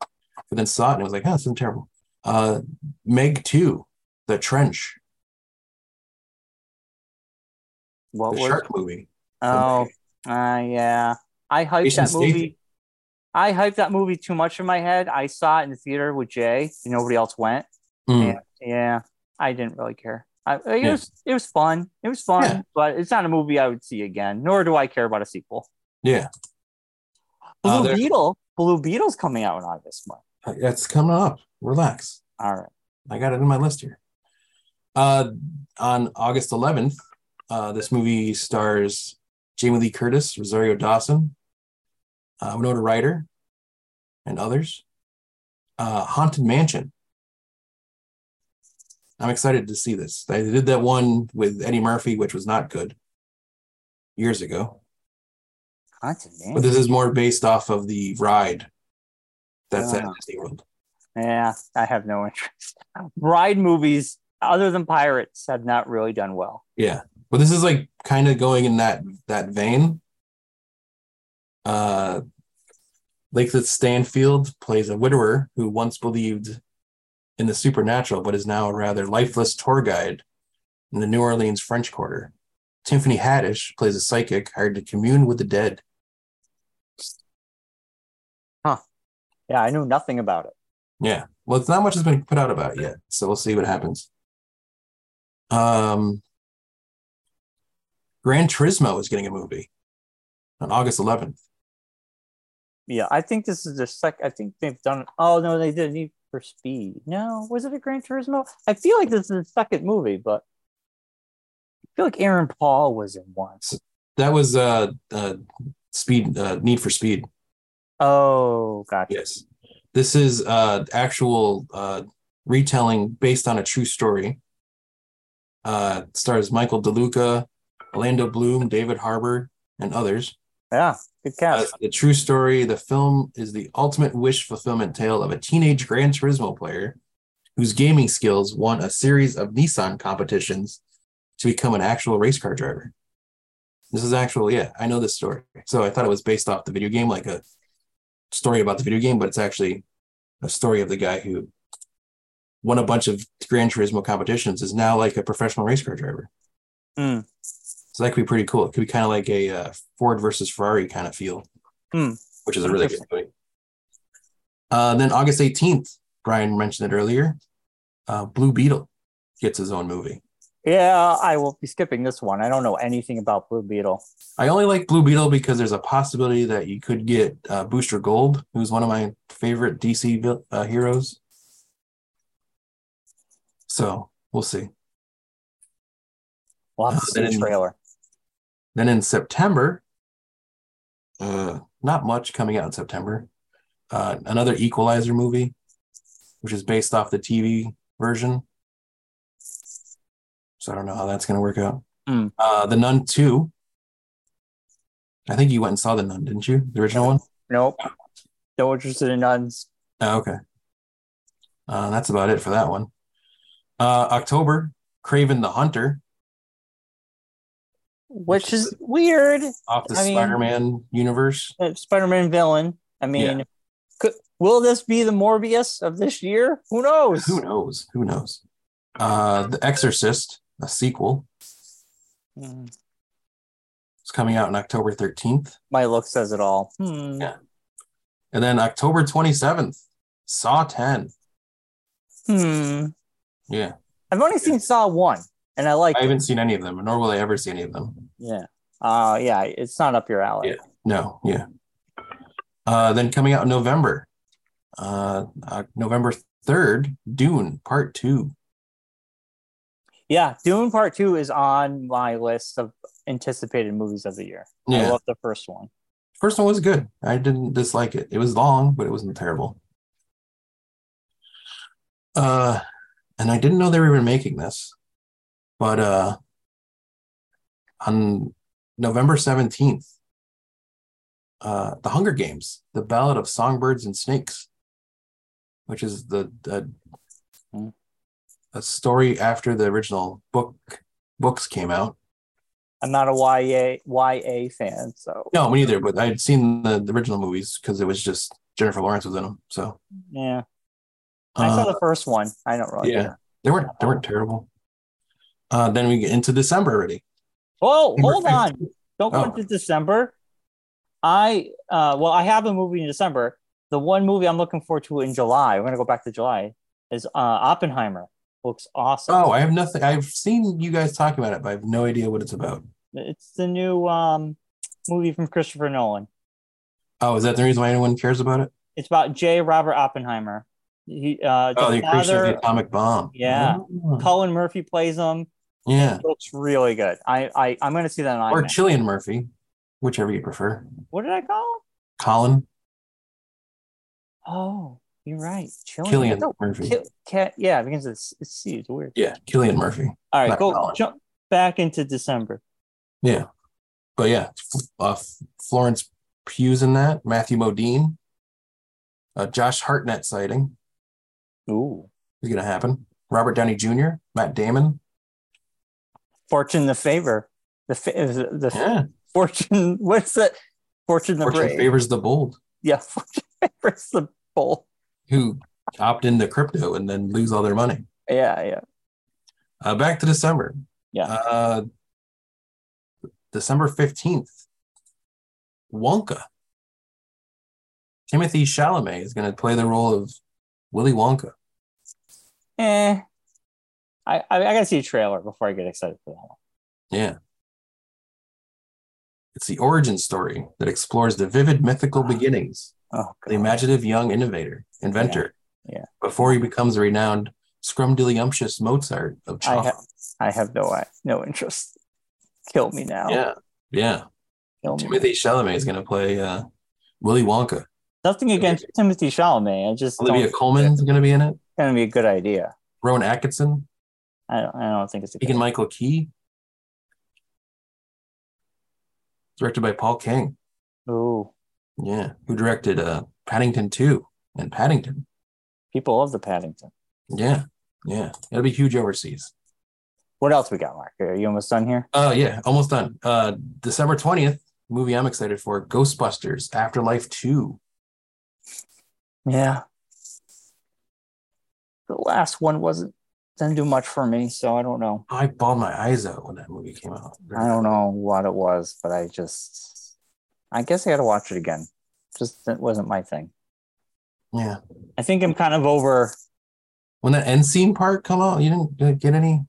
but then saw it and I was like, oh, this isn't terrible. Uh, Meg 2, The Trench,
What
the
was?
shark movie.
Oh, uh, yeah. I hyped
Jason
that movie.
Statham.
I hyped that movie too much in my head. I saw it in the theater with Jay. and Nobody else went.
Mm.
Yeah, I didn't really care. I, it
Yeah.
was it was fun. It was fun,
Yeah.
but it's not a movie I would see again. Nor do I care about a sequel.
Yeah,
Blue
Uh, there-
Beetle. Blue Beetle's coming out in August month.
that's coming up. Relax.
All right.
I got it in my list here. Uh, on August 11th, uh, this movie stars Jamie Lee Curtis, Rosario Dawson, uh, Winona Ryder, and others. Uh, Haunted Mansion. I'm excited to see this. They did that one with Eddie Murphy, which was not good years ago.
Haunted Mansion.
But this is more based off of the ride that's at
Ah.
Disney World.
Yeah, I have no interest. Ride movies, other than Pirates, have not really done well.
Yeah. Well, this is like kind of going in that that vein. Uh Lakelet Stanfield plays a widower who once believed in the supernatural, but is now a rather lifeless tour guide in the New Orleans French Quarter. Tiffany Haddish plays a psychic hired to commune with the dead.
Yeah, I knew nothing about it.
Yeah. Well, it's not much has been put out about it yet, so we'll see what happens. Um, Gran Turismo is getting a movie on August 11th.
Yeah, I think this is their sec. I think they've done. Oh no, they did Need for Speed. No, was it a Gran Turismo? I feel like this is the second movie, but I feel like Aaron Paul was in once.
That was uh, uh speed uh, Need for Speed.
Oh, gotcha.
Yes, this is uh actual uh retelling based on a true story. Uh, stars Michael DeLuca, Orlando Bloom, David Harbour, and others.
Yeah, good
Uh,
catch.
the true story. The film is the ultimate wish fulfillment tale of a teenage Gran Turismo player whose gaming skills won a series of Nissan competitions to become an actual race car driver. This is actual, yeah, I know this story. So I thought it was based off the video game, like a story about the video game, but it's actually a story of the guy who won a bunch of Gran Turismo competitions, is now like a professional race car driver.
Hmm.
So that could be pretty cool. It could be kind of like a uh, Ford versus Ferrari kind of feel,
Hmm.
which is a really good movie. Uh, then August 18th, Brian mentioned it earlier. Uh, Blue Beetle gets his own movie.
Yeah, I will be skipping this one. I don't know anything about Blue Beetle.
I only like Blue Beetle because there's a possibility that you could get uh, Booster Gold, who's one of my favorite DC vil- uh, heroes. So we'll see.
We'll have to
Uh,
see the
then-
trailer.
Then in September, uh, not much coming out in September. Uh, another Equalizer movie, which is based off the TV version. So I don't know how that's going to work out.
Hmm.
Uh, the Nun 2. I think you went and saw The Nun, didn't you? The original one?
Nope. No interested in nuns.
Oh, okay. Uh, that's about it for that one. Uh, October, Craven the Hunter
Which is weird.
off the
I mean-
Spider Man universe.
Uh, Spider-Man villain. I mean, could, will this be the Morbius of this year? Who knows?
Who knows? Who knows? Uh, the Exorcist, a sequel,
Hmm.
is coming out on October 13th.
My look says it all. Hmm.
Yeah. And then October 27th, Saw 10.
Hmm.
Yeah.
I've only seen Saw one, and I like
I
it.
haven't seen any of them, nor will I ever see any of them.
Yeah. Uh yeah. It's not up your alley.
Yeah. No, yeah. Uh, then coming out in November, uh, uh, November 3rd, Dune Part 2.
Yeah, Dune Part Two is on my list of anticipated movies of the year. I
Yeah.
love the first one.
First one was good. I didn't dislike it. It was long, but it wasn't terrible. Uh, and I didn't know they were even making this, but uh, on November seventeenth, uh, The Hunger Games: The Ballad of Songbirds and Snakes, which is the the
Hmm.
a story after the original book books came out.
I'm not a YA YA fan, so
No, me neither. But I'd seen the, the original movies because it was just Jennifer Lawrence was in them. So
yeah. I saw
uh,
the first one. I don't really
yeah.
care.
they weren't they weren't terrible. Uh, then we get into December already.
Oh,
Number
hold on. Don't go
Oh.
into December. I uh well, I have a movie in December. The one movie I'm looking forward to in July, we're gonna go back to July, is uh Oppenheimer. Looks awesome.
Oh, I have nothing. I've seen you guys talk about it, but I have no idea what it's about.
It's the new um movie from Christopher Nolan.
Oh, is that the reason why anyone cares about it?
It's about J. Robert Oppenheimer. He uh the
Oh, the creation of
father
the atomic bomb.
Yeah.
Oh,
Cullen Murphy plays him.
yeah.
Looks really good. I I I'm gonna see that on
Or
IMAX.
Chilean Murphy, whichever you prefer.
What did I call? him?
Colin
Oh, you're right. Chilling.
Killian
That's a-
Murphy.
Ki- Cat, yeah, because it's it's C, it's weird.
yeah, Killian Murphy.
All right,
Not
go
Colin.
jump back into December.
Yeah. But yeah, F- uh, F- Florence Pugh's in that, Matthew Modine, uh, Josh Hartnett sighting
Ooh.
is going to happen, Robert Downey Jr., Matt Damon.
Fortune the favor. The fa- the, the
Yeah,
fortune what's that? Fortune the
fortune
brave.
favors the bold
Yeah, fortune favors the bull.
who opt into crypto and then lose all their money.
Yeah, yeah.
Uh, back to December.
Yeah.
Uh, December 15th, Wonka. Timothy Chalamet is going to play the role of Willy Wonka.
Eh. I, I I gotta see a trailer before I get excited for that one.
Yeah. It's the origin story that explores the vivid mythical beginnings
Oh
of the
God.
imaginative young innovator, inventor,
Yeah, yeah.
before he becomes a renowned scrumdiddlyumptious Mozart of
I
Chopin.
have I have no I- no interest. Kill me now.
yeah. Yeah.
Kill me.
Timothy Chalamet is going to play uh, Willy Wonka.
Nothing against Timothy Chalamet. I just
Olivia
don't think
Coleman's going to be in it.
it's gonna be a good idea.
Rowan Atkinson,
I don't I don't think it's a good
Keegan Michael Key. Directed by Paul King.
Ooh,
Yeah. Who directed uh, Paddington 2 and Paddington.
people love the Paddington.
Yeah. Yeah. It'll be huge overseas.
What else we got, Mark? Are you almost done here?
Oh, yeah. Almost done. Uh, December 20th, movie I'm excited for Ghostbusters Afterlife 2.
Yeah. The last one wasn't didn't do much for me, so I don't know.
I bawled my eyes out when that movie came out.
I don't know what it was, but I just I guess I gotta watch it again. Just that wasn't my thing.
Yeah.
I think I'm kind of over
When that end scene part come out, you didn't uh, get any?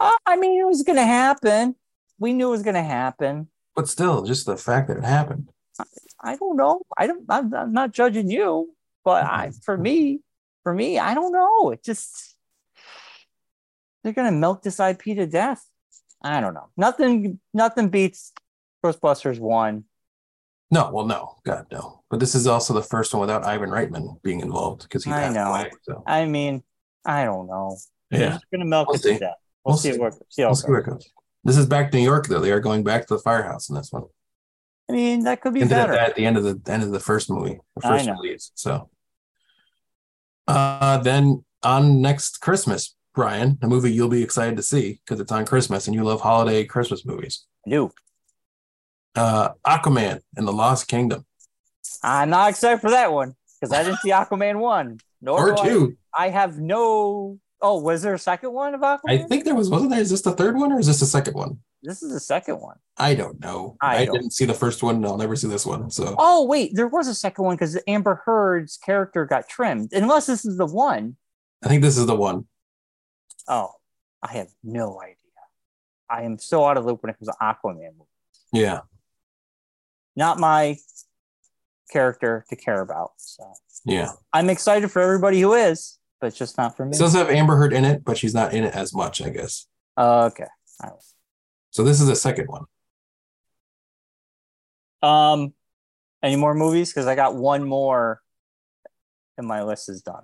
Ah, I mean it was gonna happen. We knew it was gonna happen.
But still, just the fact that it happened.
I don't know. I don't. I'm, I'm not judging you, but I,
Mm-hmm.
for me, for me, I don't know. It just they're gonna milk this IP to death. I don't know. Nothing. Nothing beats Ghostbusters one.
No, well, no, God, no. But this is also the first one without Ivan Reitman being involved because he
I
passed
know.
away. So
I mean, I don't know. They're
yeah,
just gonna milk
We'll
it
see.
to death. We'll,
We'll
see.
see.
What, see how
we'll
it
see where it goes. This is back to New York though. They are going back to the firehouse in this one.
goes. I mean, that could be
Hinted at
better.
that at the end of the end of the first movie, the
I
first
know.
release. So, uh, then on next Christmas, Brian, a movie you'll be excited to see because it's on Christmas and you love holiday Christmas movies.
I do.
Uh, Aquaman and the Lost Kingdom
I'm not excited for that one because I didn't see Aquaman one nor
or
do I-
two.
I have no. Oh, was there a second one of Aquaman?
I think there was wasn't there. Is this the third one or is this the second one?
this is the second one.
I don't know.
I
I,
don't-
didn't see the first one. and I'll never see this one. So
Oh wait, there was a second one because Amber Heard's character got trimmed. Unless this is the one.
I think this is the one.
Oh, I have no idea. I am so out of loop when it comes to Aquaman. movies.
Yeah.
Not my character to care about. So
Yeah.
I'm excited for everybody who is, but it's just not for me.
It does have Amber Heard in it, but she's not in it as much, I guess.
okay.
So this is the second one.
Um, any more movies? Because I got one more, and my list is done.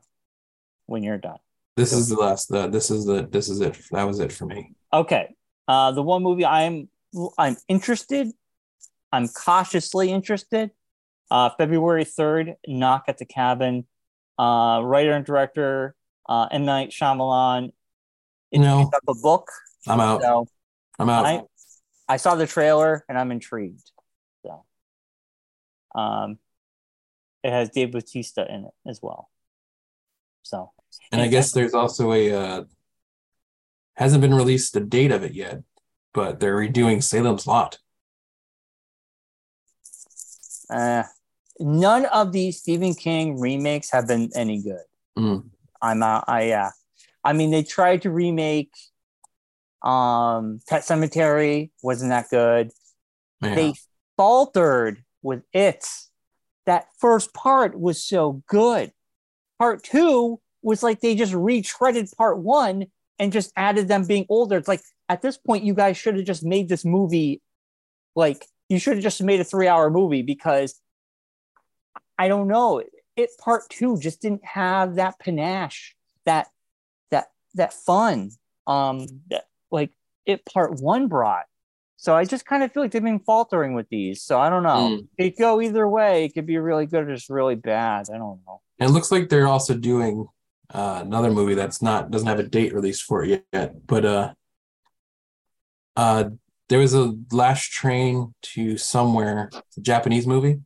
When you're done.
This is the last. Uh, this is the. This is it. That was it for me.
Okay. Uh, the one movie I'm I'm interested, I'm cautiously interested. Uh, February third, Knock at the Cabin. Uh, writer and director uh, M. Night Shyamalan. It
No.
picked up a book.
I'm out.
So
I'm out.
I, I saw the trailer and I'm intrigued. So, um, it has Dave Bautista in it as well. So,
and I guess there's also a uh, hasn't been released the date of it yet, but they're redoing Salem's Lot.
uh, none of these Stephen King remakes have been any good.
Mm.
I'm out. I uh, I mean, they tried to remake um Pet Cemetery, wasn't that good?
Yeah.
They faltered with it. That first part was so good. Part two was like they just retreaded part one and just added them being older. It's like at this point, you guys should have just made this movie. Like you should have just made a three-hour movie because I don't know. It part two just didn't have that panache, that that that fun. Um, that, like it part one brought. So I just kind of feel like they've been faltering with these. So I don't know.
Mm.
It could go either way. It could be really good or just really bad. I don't know.
And it looks like they're also doing uh, another movie that's not doesn't have a date released for it yet. But uh, uh, there was a Last Train to Somewhere, it's a Japanese movie,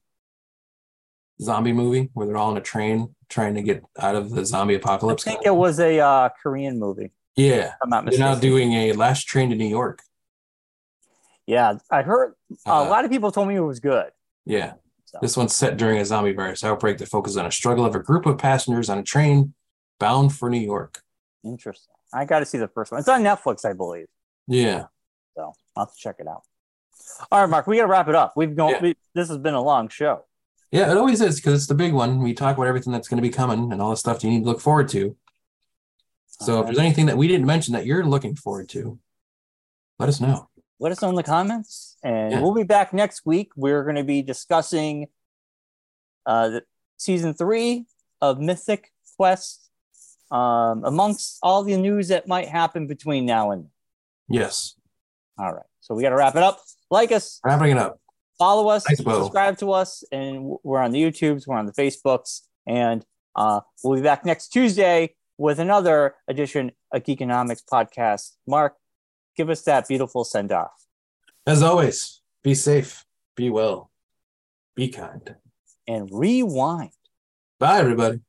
zombie movie where they're all on a train trying to get out of the zombie
I
apocalypse.
think it was a uh, Korean movie. If
Yeah,
I'm not
they're now
mistaken.
doing a Last Train to New York.
yeah, I heard a
Uh,
lot of people told me it was good.
Yeah.
So.
This one's set during a zombie virus outbreak that focuses on a struggle of a group of passengers on a train bound for New York.
Interesting. I got to see the first one. It's on Netflix, I believe.
Yeah.
So I'll have to check it out. All right, Mark, we got to wrap it up. We've gone.
Yeah.
We, this has been a long show.
Yeah, it always is because it's the big one. We talk about everything that's going to be coming and all the stuff you need to look forward to. So if
Okay.
there's anything that we didn't mention that you're looking forward to, let us know.
Let us know in the comments, and
Yeah.
we'll be back next week. We're going to be discussing uh, the, season three of Mythic Quest, um, amongst all the news that might happen between now and.
Yes.
All right, so we got to wrap it up. Like us,
Wrapping it up.
follow us,
Thanks, Bo.
subscribe to us, and we're on the YouTubes, we're on the Facebooks, and uh, we'll be back next Tuesday with another edition of Geekonomics podcast. Mark, give us that beautiful send off.
As always, be safe, be well, be kind.
and rewind.
Bye, everybody.